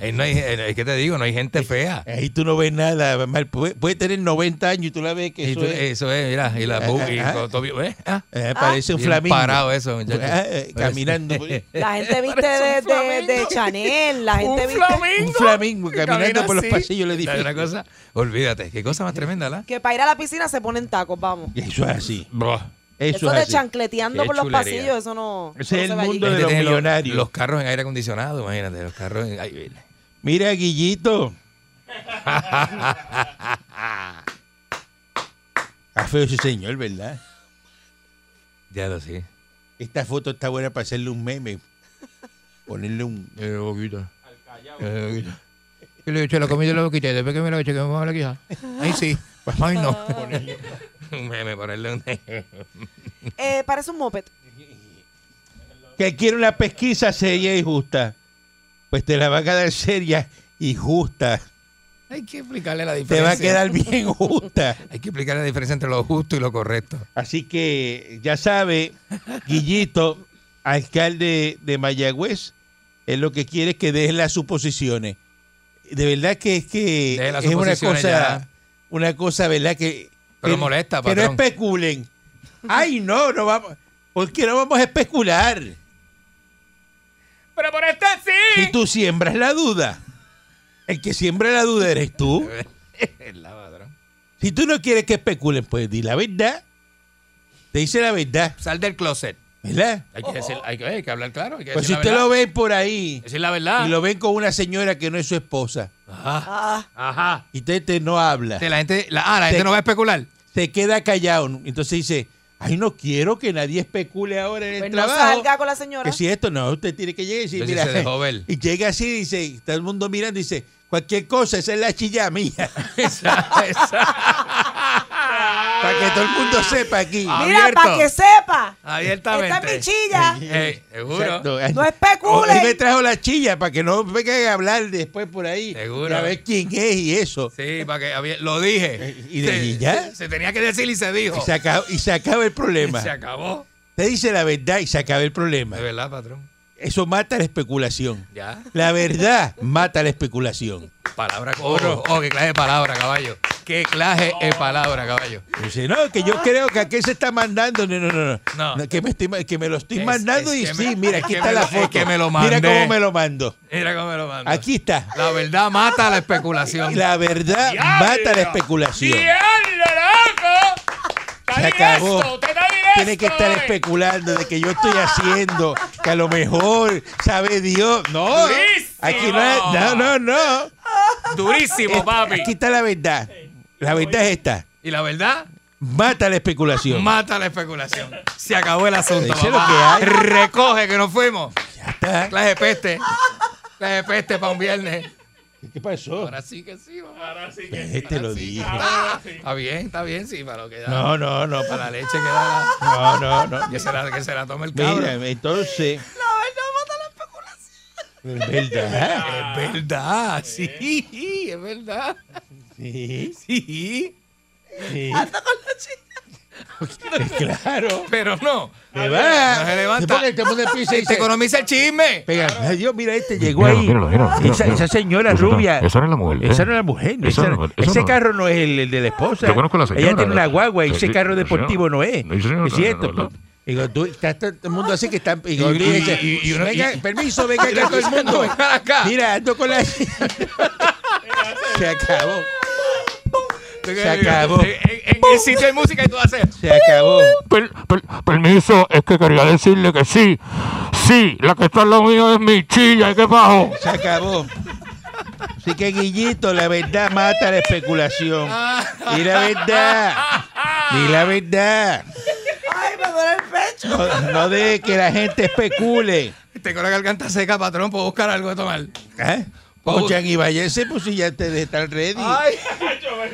S4: Eh, no hay- eh, es que te digo, no hay gente fea.
S3: Ahí tú no ves nada. Mal. Puede, puede tener 90 años y tú la ves que
S4: Y
S3: eso
S4: tú-
S3: es-
S4: eso es, mira, y la
S3: Ajá,
S4: bu- y
S3: ajá.
S4: con todo- ¿ves? Ah,
S3: eh, parece un
S4: bien
S3: flamingo.
S4: Parado eso,
S3: Ah,
S4: muchachos.
S3: eh, caminando. por ahí.
S7: La gente viste de,
S8: Parece un
S7: de- de
S8: flamenco.
S7: Chanel, la gente
S8: Un
S7: viste
S8: flamingo.
S3: un flamingo caminando
S8: Camina
S3: por los
S8: así.
S3: pasillos del
S4: Es
S3: edificio.
S4: una cosa, olvídate, qué
S3: Eh,
S4: cosa más tremenda, ¿la?
S7: que para ir a la piscina se ponen tacos, vamos.
S3: Eso es así. Eso,
S7: Eso,
S3: es
S7: de
S3: así.
S7: chancleteando
S4: Qué
S7: por los
S4: chulería.
S7: pasillos, eso no.
S3: Ese
S7: eso
S3: es el
S7: no se ve allí.
S3: mundo de
S4: Gente
S3: los
S4: tiene
S3: millonarios.
S4: Los carros en aire acondicionado, imagínate, los carros en... ay, mira.
S3: Mira, Guillito. Ah, feo ese señor, ¿verdad?
S4: ya lo sé.
S3: Esta foto está buena para hacerle un meme. Ponerle un.
S4: Eh, boquita. Eh, boquita. Yo le eché la comida y la boquita y después que me la eché, que me va a la quija. Ay, sí. pues, Ay, no. un meme, ponerle un...
S7: Eh, parece un moped.
S3: Que quiere una pesquisa seria y justa. Pues te la va a quedar seria y justa.
S4: Hay que explicarle la
S3: Te
S4: diferencia.
S3: va a quedar bien justa.
S4: Hay que explicarle la diferencia entre lo justo y lo correcto.
S3: Así que ya sabe, Guillito, alcalde de Mayagüez, es lo que quiere es que deje las suposiciones. De verdad que es que
S4: Deje las
S3: es una
S4: suposiciones
S3: cosa,
S4: ya.
S3: una cosa, ¿verdad? Que,
S4: Pero
S3: que-
S4: molesta,
S3: que no
S4: patrón.
S3: especulen. Ay, no, no vamos, porque no vamos a especular.
S8: Pero por este sí.
S3: Si tú siembras la duda, el que siembra la duda eres tú.
S4: la padrón.
S3: Si tú no quieres que especulen, pues di la verdad. Te dice la verdad,
S4: Sal del closet.
S3: ¿verdad?
S4: Hay que, decir, hay que, eh, hay que hablar claro. Hay que
S3: Pues si
S4: decir
S3: usted
S4: la
S3: lo
S4: verdad.
S3: ve por ahí
S4: Decir la verdad.
S3: y lo ven con una señora que no es su esposa
S4: Ajá.
S7: Ah,
S4: Ajá.
S3: y usted te no habla,
S4: Sí, La gente, la, ah, la gente
S3: Te-
S4: no va a especular.
S3: se queda callado, entonces dice, ay, no quiero que nadie especule ahora en el
S7: pues no
S3: trabajo.
S7: salga con la señora.
S3: que si esto no, usted tiene que llegar y decir,
S4: Entonces
S3: mira,
S4: se dejó ver.
S3: y llega así y dice, y todo el mundo mirando y dice, cualquier cosa, esa es la chilla mía, para que todo el mundo sepa aquí.
S7: Mira, para que sepa.
S4: Abiertamente.
S7: Esta es mi chilla.
S4: Eh, seguro.
S3: Exacto.
S7: No especulen.
S3: Hoy me trajo la chilla para que no vengan a hablar después por ahí.
S4: Seguro.
S3: Y A ver quién es y eso.
S4: Sí, para que había- lo dije.
S3: ¿Y de-
S4: Se-
S3: y ya?
S4: Se, tenía que decir y se dijo.
S3: Y se acaba, y se acaba el problema.
S4: Se acabó.
S3: Te dice la verdad y se acaba el problema.
S4: De verdad, patrón.
S3: Eso mata la especulación.
S4: Ya.
S3: La verdad mata la especulación.
S4: Palabra. Oh, oh, qué clase de palabra, caballo. Qué clase de palabra, caballo.
S3: Dice, no, que yo creo que aquí se está mandando. No, no, no. no.
S4: No.
S3: No, que, me estoy ma- que me lo estoy
S4: Es-
S3: mandando
S4: es
S3: y
S4: que
S3: sí,
S4: me-
S3: mira,
S4: es
S3: aquí
S4: que
S3: está
S4: me
S3: la
S4: lo-
S3: foto.
S4: es que me lo
S3: Mira
S4: mandé.
S3: cómo me lo mando.
S4: Mira cómo me lo mando.
S3: Aquí está.
S4: La verdad mata la especulación.
S3: La verdad mata la especulación.
S8: ¡Diablo, loco! Está
S3: Se
S8: directo,
S3: acabó.
S8: usted está
S3: Tiene que
S8: directo,
S3: estar
S8: eh.
S3: especulando de que yo estoy haciendo, que a lo mejor sabe Dios. No,
S8: Durísimo.
S3: aquí no, es- no, no, no.
S8: Durísimo, papi.
S3: Aquí está la verdad. La verdad es esta.
S4: Este- Y la verdad
S3: Mata la especulación.
S4: mata la especulación. Se acabó el asunto.
S3: Dice lo
S4: papá.
S3: que hay.
S4: Recoge que nos fuimos.
S3: Ya está.
S4: Clase de peste. Clase de peste para un viernes.
S3: ¿Qué pasó?
S4: Ahora sí que sí, papá.
S3: Ves, te lo dije.
S4: Está bien, está bien, sí, para lo que da.
S3: No, no, no.
S4: Para
S3: para-
S4: la leche que da. la-
S3: No, no, no.
S4: Que se la, que se la tome el cabro.
S3: Mira, entonces. La verdad mata la especulación. ¿Verdad?
S4: Es verdad, sí, es verdad.
S3: Sí,
S4: Sí.
S3: sí. Claro.
S4: Pero no.
S3: Te va.
S4: No se levanta.
S3: Te pone- te pone de pie y se
S4: Se
S3: dice,
S4: economiza el chisme.
S3: Pega, ay, Dios, mira, este llegó ahí.
S9: Míralo, míralo, míralo,
S3: esa,
S9: míralo.
S3: esa señora
S9: Eso no-
S3: rubia.
S9: esa no es la mujer, ¿eh?
S3: Esa no es la mujer.
S9: Esa
S3: esa-
S9: no- eso
S3: ese
S9: no-
S3: carro no es el, el de la esposa.
S9: Yo conozco a la
S3: Ella
S9: señora.
S3: tiene una guagua y
S9: Sí,
S3: ese carro
S9: sí,
S3: deportivo no es.
S9: No, señor,
S3: es
S9: no,
S3: cierto.
S9: no, no.
S3: pues. Digo, tú, está, está- todo el mundo así que está. Y,
S4: y-
S3: dice,
S4: y- y uno-
S3: venga,
S4: y-
S3: permiso, venga acá todo el mundo.
S4: Venga acá.
S3: Mira, ando con la. Se acabó. Se acabó.
S4: En, en- en el sitio de música y tú haces.
S3: Se acabó.
S9: Per- per- permiso, es que quería decirle que sí. Sí, la que está en lo mío es mi chilla, ¿qué bajo?
S3: Se acabó. Así que Guillito, la verdad mata la especulación.
S4: Ah.
S3: Y la verdad. Y la verdad.
S7: Ay, me duele el pecho.
S3: No, no deje que la gente especule.
S4: Tengo la garganta seca, patrón. Puedo buscar algo de tomar.
S3: ¿Eh? Con Chan y Vallese, pues si ya te de estar ready.
S4: Ay,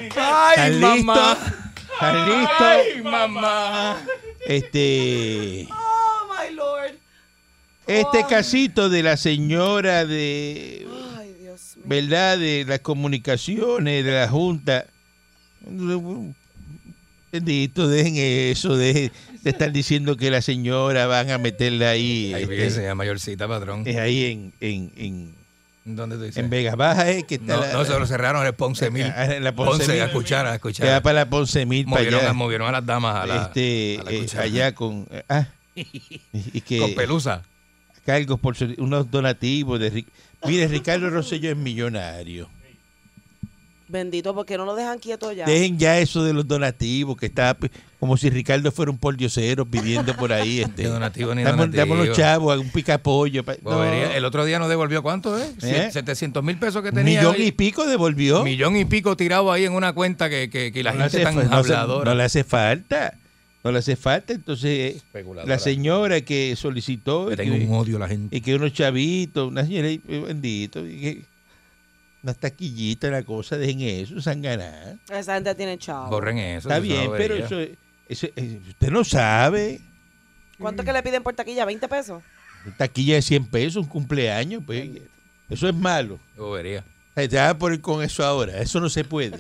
S3: ¿Estás
S4: ay,
S3: listo?
S4: mamá.
S3: ¿Estás
S4: Ay,
S3: listo?
S4: mamá.
S3: Este.
S7: Oh, my Lord. Oh,
S3: Este casito de la señora de.
S7: Ay, Dios mío.
S3: ¿Verdad? De las comunicaciones, de la Junta. Bendito, dejen eso, dejen de estar diciendo que la señora van a meterla ahí.
S4: Ahí
S3: este,
S4: viene, señora mayorcita, patrón.
S3: eh, ahí en, en, en-
S4: ¿Dónde tú dices?
S3: En Vega Baja es que está
S4: No,
S3: la,
S4: no, se lo cerraron en el Ponce Mil.
S3: Ah, en la Ponce
S4: Ponce,
S3: Mil.
S4: a escuchar, a
S3: que va
S4: escuchar.
S3: para la Ponce Mil para
S4: Movieron,
S3: allá,
S4: a- movieron a las damas a la,
S3: este,
S4: a la
S3: eh,
S4: cuchara.
S3: allá con ah, y- y que
S4: con pelusa.
S3: cargos por ser- unos donativos de Ric- mire Ricardo Rosselló es millonario
S7: Bendito, porque no lo dejan quieto ya.
S3: dejen ya eso de los donativos que está pues, como si Ricardo fuera un pordiosero pidiendo por ahí este
S4: Ni donativo ni
S3: damos,
S4: donativo.
S3: damos los chavos a un picapollo pa- no,
S4: Bobería. El otro día nos devolvió cuánto, ¿eh?
S3: ¿Eh?
S4: 700 mil pesos que tenía.
S3: millón y
S4: ahí.
S3: pico devolvió
S4: Millón y pico tirado ahí en una cuenta que, que, que la
S3: no, le
S4: gente
S3: hace,
S4: tan
S3: fa- no, hace-
S4: habladora.
S3: no le hace falta no le hace falta entonces eh,
S4: Especuladora.
S3: la señora este. que solicitó
S4: Le
S3: y
S4: tengo
S3: que-
S4: un odio a la gente.
S3: y que unos chavitos, una señora, y- eh, bendito, y que unas taquillitas, la cosa, dejen eso, sanganá.
S7: Esa gente tiene chavo.
S4: Borren eso.
S3: Está
S4: eso es una
S3: bien, pero
S4: bobería.
S3: eso, eso- eh, usted no sabe. Mm.
S7: ¿Cuánto es que le piden por taquilla? ¿20 pesos?
S3: Taquilla de 100 pesos, un cumpleaños, pues eso es malo.
S4: Bobería.
S3: O sea, Te van a poner con eso ahora, eso no se puede.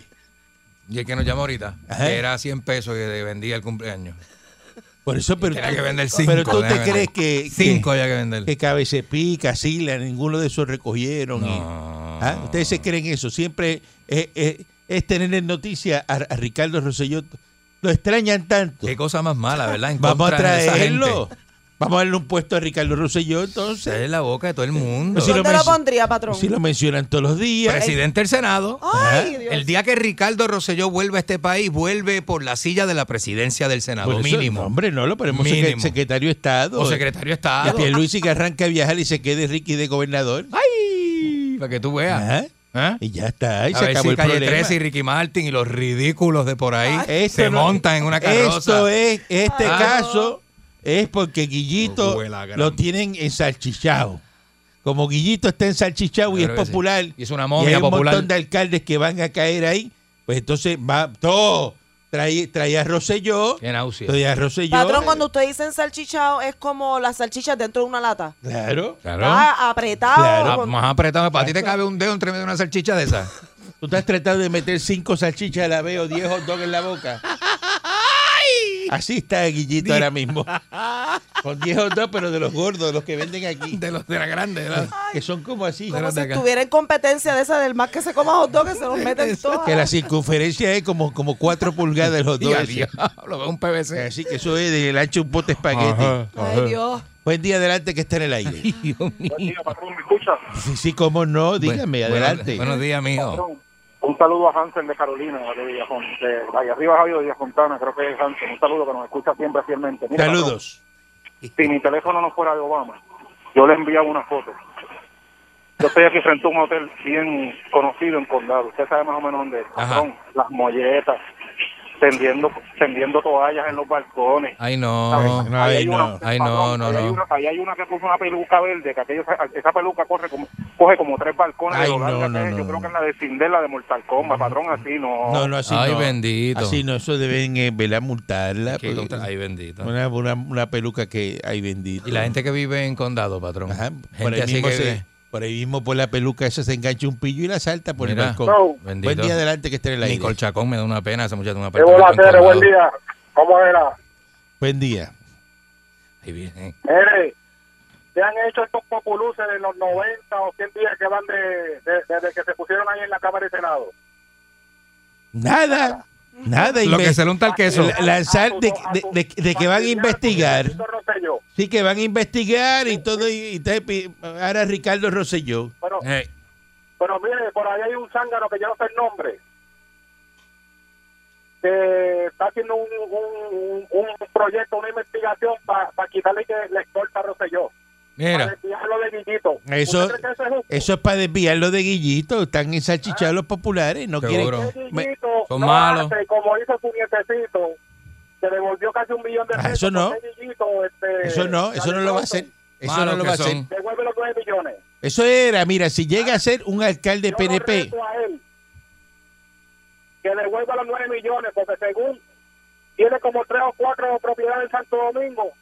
S4: Y el que nos llama ahorita,
S3: Ajá.
S4: que era 100 pesos que le vendía el cumpleaños.
S3: Por eso, pero,
S4: Tenía que vender cinco,
S3: pero tú
S4: tenía
S3: te
S4: que
S3: crees
S4: vender.
S3: que, que-
S4: Cinco había que vender.
S3: que cabece pica, sila, ninguno de esos recogieron. y-
S4: No.
S3: ¿Ah? Ustedes se creen eso. Siempre eh, eh, es tener en noticia a, a Ricardo Rosselló. Lo extrañan tanto.
S4: Qué cosa más mala, ¿verdad? En
S3: Vamos a
S4: contra de esa
S3: traerlo.
S4: gente.
S3: Vamos a darle un puesto a Ricardo Rosselló entonces.
S4: Esa es la boca de todo el mundo.
S3: Pues si lo eh.
S7: ¿Dónde lo
S3: mencio-
S7: pondría, patrón?
S3: Si lo ¿Eh? mencionan todos los días.
S4: Presidente del Senado.
S7: Ay, Dios.
S4: El día que Ricardo Rosselló vuelva a este país, vuelve por la silla de la presidencia del Senado,
S3: Por Pues eso,
S4: mínimo.
S3: no, hombre, no lo ponemos secre-
S4: Mínimo.
S3: secretario de Estado.
S4: o secretario de
S3: Que
S4: Estado.
S3: Pierluisi que arranque a viajar y se quede Ricky de gobernador.
S4: ¡Ay! Para que tú veas.
S3: Ajá.
S4: ¿Eh?
S3: Y ya está. Y
S4: a
S3: se
S4: ver
S3: acabó
S4: si
S3: el
S4: Calle
S3: problema. Ah,
S4: 13 y Ricky Martin y los ridículos de por ahí
S3: Esto
S4: se
S3: no-
S4: montan en una carroza.
S3: Esto es, este
S4: Ah.
S3: caso es porque Guillito
S4: Huela gran-
S3: lo tienen ensalchichado. Como Guillito está ensalchichado y es
S4: Claro que sí.
S3: popular,
S4: Y es una
S3: y
S4: momia
S3: hay un
S4: popular.
S3: montón de alcaldes que van a caer ahí, pues entonces va todo. Trae, trae a Rosselló,
S4: Qué náusea.
S3: trae a Rosselló.
S7: Patrón, cuando usted dice salchichao, es como las salchichas dentro de una lata.
S3: Claro.
S4: Claro.
S7: Está apretado.
S3: Claro.
S4: Ah,
S7: con-
S4: más apretado. Para ti te cabe un dedo entre medio de una salchicha de esa.
S3: Tú estás tratando de meter cinco salchichas a la vez o diez hot dog en la boca. Así está Guillito ahora mismo. Con diez hot dog, pero de los gordos, los que venden aquí.
S4: De, los, de la grande. de la-
S3: Que son como así.
S7: como si
S4: acá.
S7: estuviera en competencia de esa del más que se coma hot dog, que se los meten todos.
S3: Que la circunferencia es como, como 4 pulgadas el hot dog
S4: Ya,
S3: ese.
S4: diablo, es un PVC.
S3: Así que eso es del ancho de un pote espagueti.
S4: Ajá.
S7: Ay, Dios.
S3: Buen día, adelante, que está en el aire.
S4: Dios mío.
S10: Mira, patrón, ¿me escucha?
S3: Sí, sí, cómo no, dígame,
S4: Bueno,
S3: adelante.
S4: Buenos días, mijo.
S10: Patrón, Un saludo a Hansen de Carolina, de Villajón, de Valle Arriba Javier de Villafontana, creo que es Hansen. Un saludo que nos escucha siempre fielmente. Mira,
S3: Saludos.
S10: patrón, si mi teléfono no fuera de Obama, yo le enviaba una foto. Yo estoy aquí frente a un hotel bien conocido en Condado. Usted sabe más o menos dónde es.
S4: Ajá.
S10: Patrón, las molletas, tendiendo, tendiendo toallas en los balcones.
S4: Ay, no.
S3: no, ahí no.
S4: Ay, no,
S10: patrón,
S4: no,
S10: ahí hay
S4: no.
S10: una- ahí hay una que puso una peluca verde, que aquello- esa peluca corre como, coge como tres balcones. de
S3: Ay,
S10: lo larga
S3: no,
S10: que
S3: no,
S10: es.
S3: no,
S10: Yo creo
S3: no.
S10: que es la de Cinderla de Mortal Kombat, patrón, así no.
S3: No, no, así
S4: Ay,
S3: no.
S4: bendito.
S3: Así no, eso deben eh, velar, multarla. pues,
S4: Qué
S3: porque-
S4: contra- Ay, bendito.
S3: una, una, una peluca que hay bendito.
S4: Y la gente que vive en condado, patrón.
S3: Ajá, por,
S4: gente
S3: ahí
S4: así
S3: mismo
S4: que
S3: se,
S4: vive-
S3: por ahí mismo por la peluca esa se engancha un pillo y la salta por
S4: Mira.
S3: el balcón.
S10: No.
S4: Bendito.
S3: Buen día, adelante, que está en el aire.
S4: Nicole Chacón me da una pena esa muchacha de una
S10: Qué bola,
S4: apartamento en
S10: Tere, buen
S4: Condado.
S10: día. ¿Cómo era?
S3: Buen día.
S4: Ahí viene.
S10: Mire, se han hecho estos populuces de los 90 o 100 días que van de, de- desde que se pusieron ahí en la Cámara y Senado.
S3: Nada, nada.
S4: Lo que
S3: inve-
S4: se le unta el queso.
S3: la- lanzar de, de- de- de que van a investigar.
S10: Francisco Rosselló.
S3: Sí, que van a investigar y todo. Y, y entonces pi- ahora Ricardo Rosselló.
S10: Pero,
S4: Eh,
S10: pero mire, por ahí hay un zángano que yo no sé el nombre. Que está haciendo un, un, un, un proyecto, una investigación para quitarle que le corta a Rosselló. Para
S4: mira.
S10: desviarlo de Guillito.
S3: Eso-
S10: ¿Usted cree que eso es justo?
S3: Eso es para desviarlo de Guillito. Están ensalchichados los populares. No
S4: Seguro.
S3: quieren.
S10: Ese
S3: Me-
S10: Guillito
S4: son
S10: no
S4: malos.
S10: hace como hizo su nietecito, que devolvió casi un millón de
S3: Ah,
S10: pesos.
S3: eso no.
S10: porque Guillito, este,
S3: Eso no, eso no lo va a hacer. Eso no
S4: Malos
S3: lo
S4: que
S3: va a hacer.
S4: son.
S10: Devuelve los 9 millones.
S3: Eso era, mira, si llega a ser un alcalde
S10: Yo lo
S3: PNP.
S10: reto a él que devuelva los 9 millones, porque según tiene como 3 o 4 propiedades en Santo Domingo,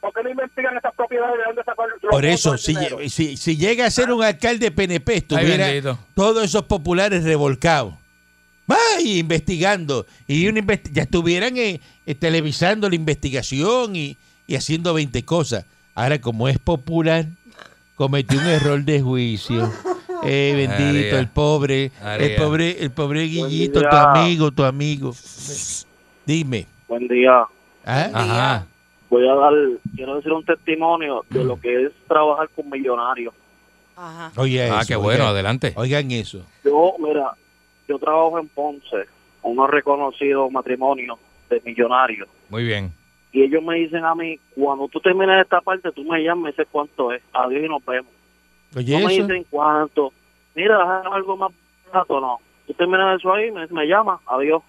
S10: ¿por qué no investigan esas propiedades de dónde sacar los
S3: Por eso,
S10: fondos
S3: si,
S10: del dinero?
S3: si, si llega a
S4: Ah.
S3: ser un alcalde PNP, estuviera
S4: bendito.
S3: todos esos populares revolcados. ¡Ay! Investigando. Y una investi- ya estuvieran eh, eh, televisando la investigación y, y haciendo 20 cosas. Ahora, como es popular, cometió un error de juicio. Eh, bendito,
S4: María.
S3: el pobre, el
S4: María.
S3: pobre, el pobre Guillito, tu
S10: día.
S3: amigo, tu amigo. Dime.
S10: Buen día.
S3: ¿Ah? Ajá.
S10: Voy a dar, quiero decir un testimonio de lo que es trabajar con millonarios.
S3: Oye,
S4: Ah,
S3: eso,
S4: qué bueno,
S3: oigan-
S4: adelante.
S3: Oigan eso.
S10: Yo, mira, yo trabajo en Ponce, unos reconocidos matrimonios de millonarios.
S4: Muy bien.
S10: Y ellos me dicen a mí, cuando tú termines esta parte, tú me llamas y me dices cuánto es. Adiós y nos vemos.
S3: Oye,
S10: No me
S3: eso.
S10: dicen cuánto. Mira, déjame algo más barato, no. Tú terminas eso ahí, me, me llamas, adiós.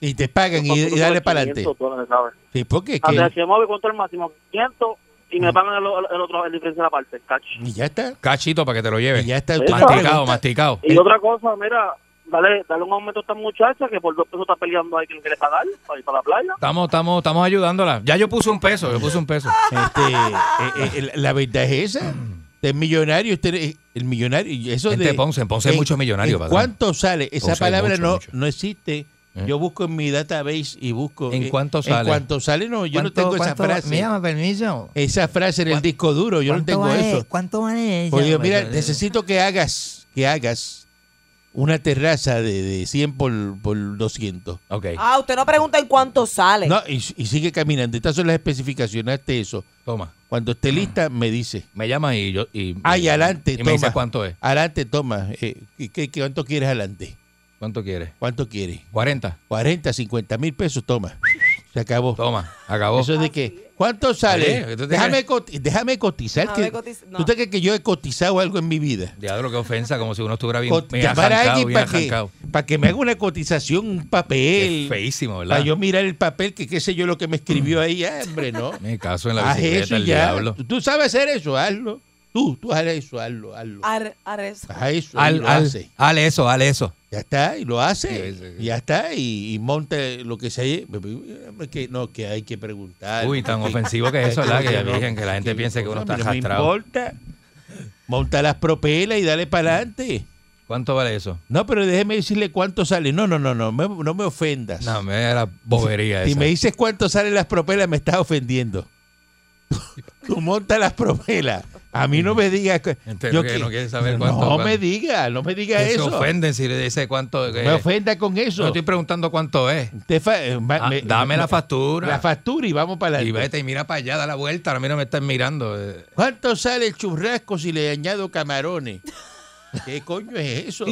S3: Y te pagan y, y dale para adelante.
S10: 500 dólares, ¿sabes?
S3: Sí, porque es que-
S10: Hasta se mueve ¿cuánto es el máximo? 500 y
S3: Mm.
S10: me pagan el, el otro, el diferencia de la parte, cacho.
S3: Y ya está.
S4: Cachito para que te lo lleves.
S3: ya está.
S10: usted no
S4: Masticado,
S10: pregunta.
S4: masticado.
S3: Eh.
S10: Y otra cosa, mira, dale, dale un aumento a esta muchacha que por dos pesos está peleando ahí que no quiere pagar para ir para la playa.
S4: Estamos, estamos, estamos ayudándola. Ya yo puse un peso, yo puse un peso.
S3: Este, eh, eh, la- la verdad es esa. Usted es millonario, usted es- el millonario. y Eso
S4: Gente
S3: de,
S4: de Ponce, en Ponce hay muchos millonarios,
S3: en
S4: patrón.
S3: ¿Cuánto sale? Esa
S4: Ponce hay
S3: palabra
S4: mucho,
S3: no,
S4: mucho.
S3: no existe.
S4: ¿Eh?
S3: Yo busco en mi database y busco.
S4: ¿En
S3: eh,
S4: cuánto sale?
S3: En cuánto sale, no, yo no
S4: ¿Cuánto-
S3: tengo esa
S4: cuánto-
S3: frase.
S4: Mira, permiso.
S3: Esa frase en el disco duro, yo no tengo eso.
S4: ¿Cuánto este? vale Pues,
S3: Oye, mira, necesito que hagas, que hagas una terraza de, de 100 por, por 200.
S4: Ok.
S7: Ah, usted no pregunta en cuánto sale.
S3: No, y, y sigue caminando. Estas son las especificaciones, hazte eso.
S4: Toma.
S3: Cuando esté lista, me dice.
S4: Me llama y yo. Y,
S3: Ay, adelante,
S4: Y
S3: toma.
S4: me dice cuánto es.
S3: Adelante, toma. Eh, ¿qué- qué- cuánto quieres adelante?
S4: ¿Cuánto quieres?
S3: ¿Cuánto quieres?
S4: 40.
S3: 40, 50 mil pesos, toma. Se acabó.
S4: Toma, acabó.
S3: Eso de que, ¿cuánto sale?
S4: Oye, ¿tú te
S3: déjame, coti- déjame cotizar.
S7: Déjame
S3: que-
S7: cotiz- no.
S3: ¿Tú te crees que yo he cotizado algo en mi vida?
S4: Diablo, qué ofensa, como si uno estuviera bien,
S3: Cot-
S4: bien
S3: llamar a
S4: arrancado,
S3: alguien
S4: bien
S3: para que,
S4: arrancado.
S3: para que me haga una cotización, un papel.
S4: Qué feísimo, ¿verdad?
S3: Para yo mirar el papel, que qué sé yo lo que me escribió ahí. Ah, hombre, no.
S4: Me caso en la
S3: Haz eso
S4: bicicleta,
S3: y
S4: el
S3: ya.
S4: diablo.
S3: Tú, tú sabes hacer eso, hazlo. Tú, tú haz eso, hazlo, hazlo.
S7: Ar- arrezo.
S3: Haz eso y
S4: Al,
S3: lo
S4: al,
S3: hace.
S4: al eso, al eso.
S3: Ya está, y lo hace.
S4: Sí, sí, sí.
S3: y Ya está, y, y monta lo que se que No, que hay que preguntar.
S4: Uy, tan
S3: Que-
S4: ofensivo que es eso, ¿verdad? Que,
S3: no,
S4: virgen, que la gente piense que uno está
S3: no me
S4: arrastrado.
S3: importa. Monta las propelas y dale para adelante.
S4: ¿Cuánto vale eso?
S3: No, pero déjeme decirle cuánto sale. No, no, no, no, me- no me ofendas.
S4: No, me era bobería
S3: si
S4: esa.
S3: me dices cuánto salen las propelas, me estás ofendiendo. Tú monta las propelas. A mí no me digas. que-
S4: Entero que
S3: que-
S4: no quieres saber cuánto-
S3: No
S4: cuánto-
S3: me diga, no me diga
S4: Que se
S3: eso.
S4: ofenden si le dice cuánto. que-
S3: Me ofenda con
S4: No
S3: eso.
S4: estoy preguntando cuánto es.
S3: Te fa- eh, ma-
S4: Ah,
S3: me-
S4: dame la
S3: me-
S4: factura.
S3: La factura y vamos para
S4: Y
S3: adelante.
S4: vete y mira para allá, da la vuelta. Ahora mí no me estás mirando. eh.
S3: ¿Cuánto sale el churrasco si le añado camarones? ¿Qué coño es eso?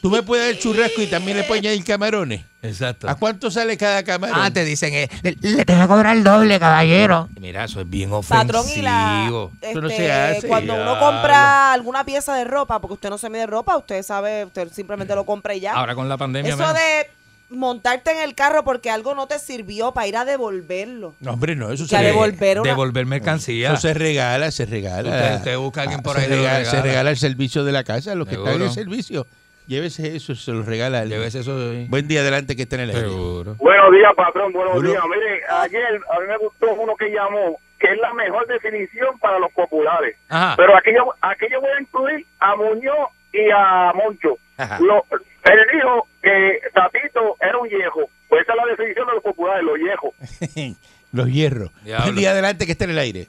S3: Tú me puedes dar el churrasco y también le puedes añadir camarones.
S4: Exacto.
S3: ¿A cuánto sale cada camarón?
S4: Ah, te dicen. eh, le-
S9: Le tengo que cobrar el doble, caballero.
S4: Mira, eso es bien
S7: Patrón y la.
S4: ofensivo.
S3: Eso no
S7: este,
S3: se hace,
S7: cuando uno
S4: diablo.
S7: compra alguna pieza de ropa, porque usted no se mide ropa, usted sabe, usted simplemente lo compra y ya.
S4: Ahora con la pandemia.
S7: Eso
S4: menos.
S7: de montarte en el carro porque algo no te sirvió para ir a devolverlo.
S3: No, hombre, no, eso
S7: Que a
S3: se,
S7: devolver- una-
S4: Devolver mercancía.
S3: eso se regala, se regala.
S4: Usted- usted busca a alguien por ahí
S3: se
S4: que lo
S3: regala,
S4: regala.
S3: se regala el servicio de la casa, los que están en el
S4: Seguro.
S3: servicio. Llévese eso, se lo regala. a alguien.
S4: Debes eso. eh.
S3: Buen día adelante que está en el aire.
S4: Seguro.
S11: Buenos días, patrón, buenos
S3: Uno-
S11: días. Miren, ayer a mí me gustó uno que llamó, que es la mejor definición para los populares.
S4: Ajá.
S11: Pero aquí yo, aquí yo voy a incluir a Muñoz y a Moncho.
S3: Ajá.
S11: Lo- él dijo que Tatito era un viejo. Pues esa es la definición de los populares, los viejos.
S3: Los hierros.
S4: Diablo.
S3: Buen día adelante que está en el aire.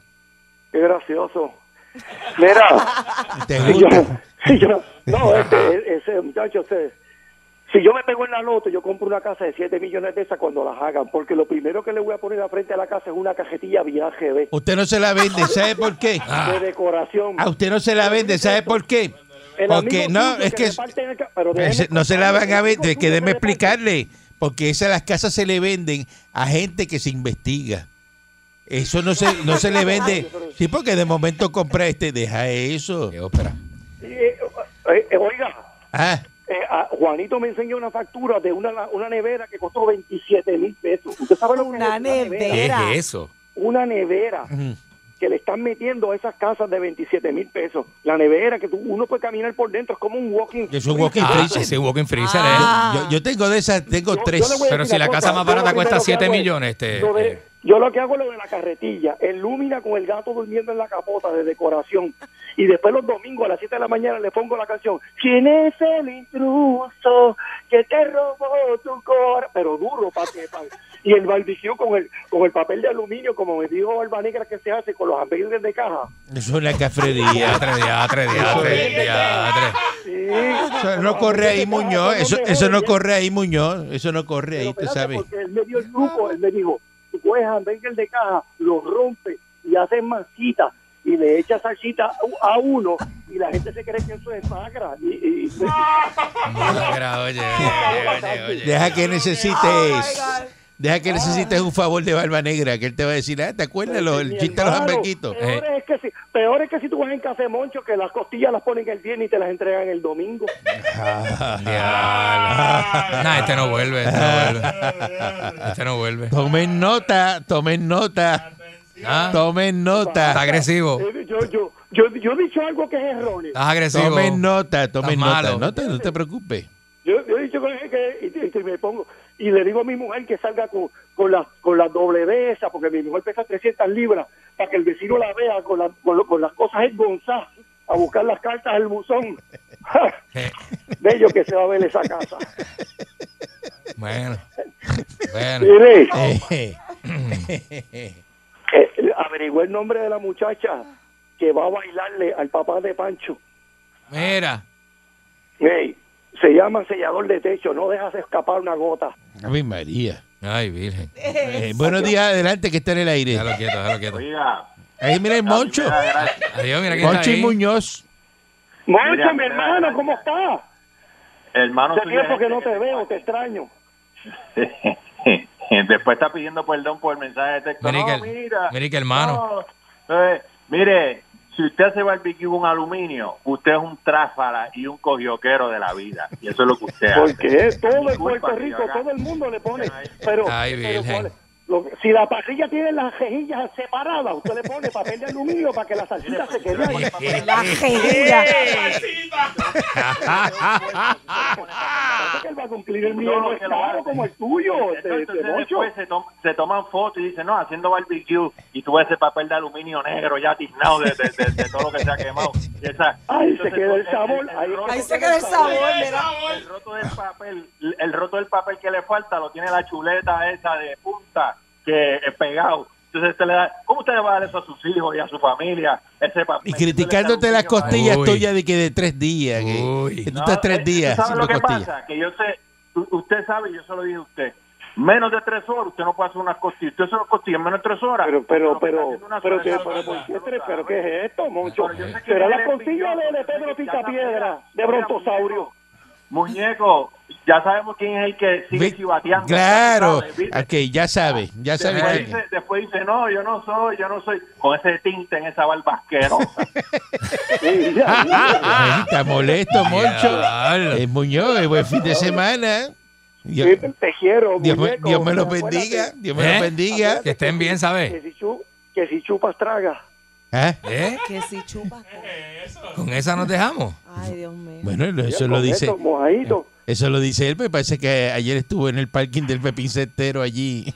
S10: Qué gracioso. Mira,
S4: Ah.
S3: ¿Te gusta?
S10: si yo, no, ese, ese muchacho, ese- si yo me pego en la loto, yo compro una casa de 7 millones de esas cuando las hagan, porque lo primero que le voy a poner al frente a la casa es una cajetilla viaje de,
S3: Usted no se la vende, ¿sabe por qué?
S4: Ah.
S10: de decoración.
S3: A usted no se la vende, ¿sabe por qué?
S10: El
S3: Porque
S10: amigo
S3: Ah, no,
S10: tuyo
S3: es que
S10: reparte en el ca- pero
S3: ese-
S10: déjeme
S3: no se la
S10: contarle,
S3: van a
S10: el amigo
S3: vender,
S10: tuyo
S3: que déjeme
S10: reparte.
S3: explicarle, porque esas las casas se le venden a gente que se investiga. Eso no se, no se le vende. Sí, porque de momento compra este, deja eso.
S4: Qué ópera.
S10: Eh, eh, eh, oiga,
S3: Ah,
S10: eh, a Juanito me enseñó una factura de una, una nevera que costó 27 mil pesos. ¿Usted sabe lo que
S7: Una
S10: es nevera?
S4: ¿Qué es
S7: Era.
S4: eso?
S10: una nevera
S3: Ujú.
S10: que le están metiendo a esas casas de 27 mil pesos. La nevera que tú- uno puede caminar por dentro, es como un walking.
S3: que es un walking
S4: Ah,
S3: freezer.
S4: ese walking freezer. eh.
S7: Ah.
S3: Yo, yo tengo de esas, tengo
S10: Yo- yo
S3: tres.
S10: le voy a
S4: Pero
S10: decir
S4: si la
S10: una
S4: casa
S10: cosa,
S4: más
S10: yo lo
S4: barata
S10: primero
S4: cuesta
S10: que
S4: 7
S10: hago es
S4: millones, este,
S10: Lo de,
S4: eh.
S10: Yo lo que hago es lo de la carretilla, el lúmina con el gato durmiendo en la capota de decoración. Y después los domingos a las 7 de la mañana le pongo la canción. ¿Quién es el intruso que te robó tu corazón? Pero duro, pa' que pa'. Y el barbecue con el, con el papel de aluminio, como me dijo Alba Negra que se hace con los hamburguesas de caja.
S3: ¿eh? Eso es la cafrería.
S4: Diatre, diatre, diatre, diatre.
S10: Sí.
S3: Eso no corre ahí, Muñoz. Eso, eso no corre ahí, Muñoz. Eso no corre ahí, tú sabes.
S10: Porque él me dio el truco, él me dijo, tú coges hamburger de caja, lo rompes y haces masita y le echas salsita a uno y la gente se cree que eso es sagra. Y, y- y-
S4: Mira, oye, oye, oye, oye.
S3: Deja
S10: Oh
S3: que necesites. Deja
S10: Ah.
S3: que necesites un favor de Barba Negra, que él te va a decir, ah, ¿te acuerdas los, el chiste de los
S10: Claro,
S3: hamburguitos?
S10: Peor, es que si, peor es que si tú vas en casa de Moncho, que las costillas las ponen el viernes y te las entregan el domingo.
S4: Diablo. Nah, este no vuelve, este no vuelve. Este no vuelve.
S3: Tomen nota, tomen nota.
S4: Ah,
S3: Tomen nota.
S4: Está agresivo.
S10: Eh, Yo, yo, yo, yo he dicho algo que es erróneo.
S4: Estás agresivo.
S3: Tomen nota, tomen
S4: Estás
S3: nota.
S4: malo.
S3: No te, no te preocupes.
S10: Yo, yo he dicho que, que- y- y- y me pongo y le digo a mi mujer que salga con, con la con la doble de esa, porque mi mujer pesa 300 libras, para que el vecino la vea con, la- con, lo- con las cosas en Gonzá, a buscar las cartas al buzón. Bello que se va a ver esa casa.
S4: Bueno. Bueno.
S10: Mire,
S3: Eh,
S10: eh, averigüé el nombre de la muchacha que va a bailarle al papá de Pancho.
S4: Mira.
S10: Ey, se llama sellador de techo, no dejas escapar una gota.
S3: Ave María.
S4: Ay, virgen.
S3: Eh, buenos días, adelante, que está en el aire.
S4: Déjalo quieto, déjalo quieto.
S3: Ahí mira el Moncho.
S4: Adiós, mira quién está
S3: Moncho y
S4: ahí.
S3: Muñoz.
S10: Moncho,
S12: Mira,
S10: mi
S12: mira,
S10: hermano, ¿cómo estás?
S12: Hermano,
S10: Hace
S12: tuyo
S10: tiempo
S12: es
S10: que
S12: este
S10: no te veo, te extraño.
S12: te- Después está pidiendo perdón por el mensaje de texto.
S4: Mira que-
S12: No, mira.
S4: mira que hermano.
S12: no, eh, mire, si usted hace barbecue con aluminio, usted es un tráfala y un cogioquero de la vida. Y eso es lo que usted hace.
S10: Porque todo el
S12: Disculpa,
S10: Puerto
S12: señora.
S10: Rico, todo el mundo le pone. Pero,
S4: Ay,
S10: pero
S4: virgen.
S10: ¿cuál es? Lo- si la parrilla tiene las rejillas separadas, usted le pone papel de aluminio para que la salsita se quede ahí.
S7: La jejilla.
S10: Parece que él va a cumplir el mío,
S12: No,
S10: no es
S12: que lo
S10: caro
S12: hace.
S10: como el tuyo. este-
S12: Entonces,
S10: este Moncho.
S12: después se, tom- se toman fotos y dicen, no, haciendo barbecue y tú ves ese papel de aluminio negro ya tiznado de, de- de- de todo lo que se ha quemado. Y esa-
S10: Ahí se
S12: entonces,
S10: queda el
S12: pues,
S10: sabor. Ahí,
S12: roto-
S7: Ahí se queda el sabor, mira.
S12: el roto del papel, el roto del papel que le falta lo tiene la chuleta esa de punta que es pegado. Entonces usted le da, ¿cómo usted le va a dar eso a sus hijos y a su familia? Ese papel.
S3: Y criticándote las costillas
S4: Uy.
S3: tuyas de que de tres días. Que,
S4: Uy.
S3: que tú estás tres días
S12: ¿Sabe
S3: haciendo
S12: eh, lo que
S3: costillas.
S12: pasa? Que yo sé, u- usted sabe, yo se lo dije a usted. Menos de tres horas, usted no puede hacer unas costillas. Usted hace unas costillas en menos de tres horas.
S10: Pero, pero,
S12: está
S10: pero,
S12: haciendo una
S10: pero,
S12: sola
S10: pero,
S12: salsa,
S10: pero, ¿por qué
S12: no
S10: tres?
S12: sabe.
S10: ¿Pero qué es esto, Moncho?
S12: Pero yo sé que
S10: Será
S12: eres
S10: la costilla
S12: envidioso,
S10: de, de
S12: yo sé
S10: Pedro
S12: que ya sabes,
S10: Picapiedra, de
S12: mira,
S10: Brontosaurio.
S12: Muñeco, ya sabemos quién es el que sigue
S3: Ve-
S12: chivateando.
S3: Claro.
S12: Ya sabes,
S3: Ok, ya sabe. Ya sabe.
S12: Después
S3: quién es.
S12: dice, después dice, no, yo no soy, yo no soy. Con ese tinte en esa barba asquerosa.
S10: Sí, ya, ya.
S3: Ay, Ah, Está molesto, Moncho.
S4: Diablo.
S3: Es Muñoz, es buen fin de semana. Dios,
S10: Sí, Te quiero,
S3: Dios me,
S10: muñeco.
S3: Dios me los
S10: Acuérdate
S3: bendiga. Dios me
S4: ¿Eh?
S3: los bendiga.
S4: Que estén bien,
S10: Que
S4: ¿sabes?
S10: si, chu- que si chupas, tragas.
S3: Ah,
S4: ¿Eh?
S7: Que si chupas.
S4: Con esa nos dejamos.
S7: Ay, Dios mío.
S3: Bueno, lo- eso lo
S10: Con
S3: dice.
S10: esto, mojadito.
S3: Eso lo dice él, me parece que ayer estuvo en el parking del Pepín Cestero allí.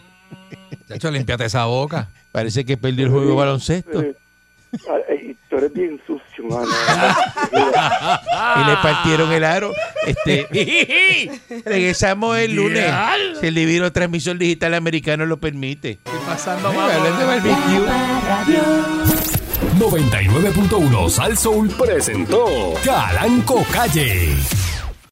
S4: De hecho, limpiate esa boca.
S3: Parece que perdió el juego de baloncesto.
S10: Eh, ay, tú eres bien sucio, mano.
S3: Y le partieron el aro. Este, regresamos el lunes. Si el divino transmisor digital americano lo permite.
S4: Estoy pasando
S3: Ay, hablando de barbecue.
S1: 99.1 Sal Soul presentó Calanco Calle.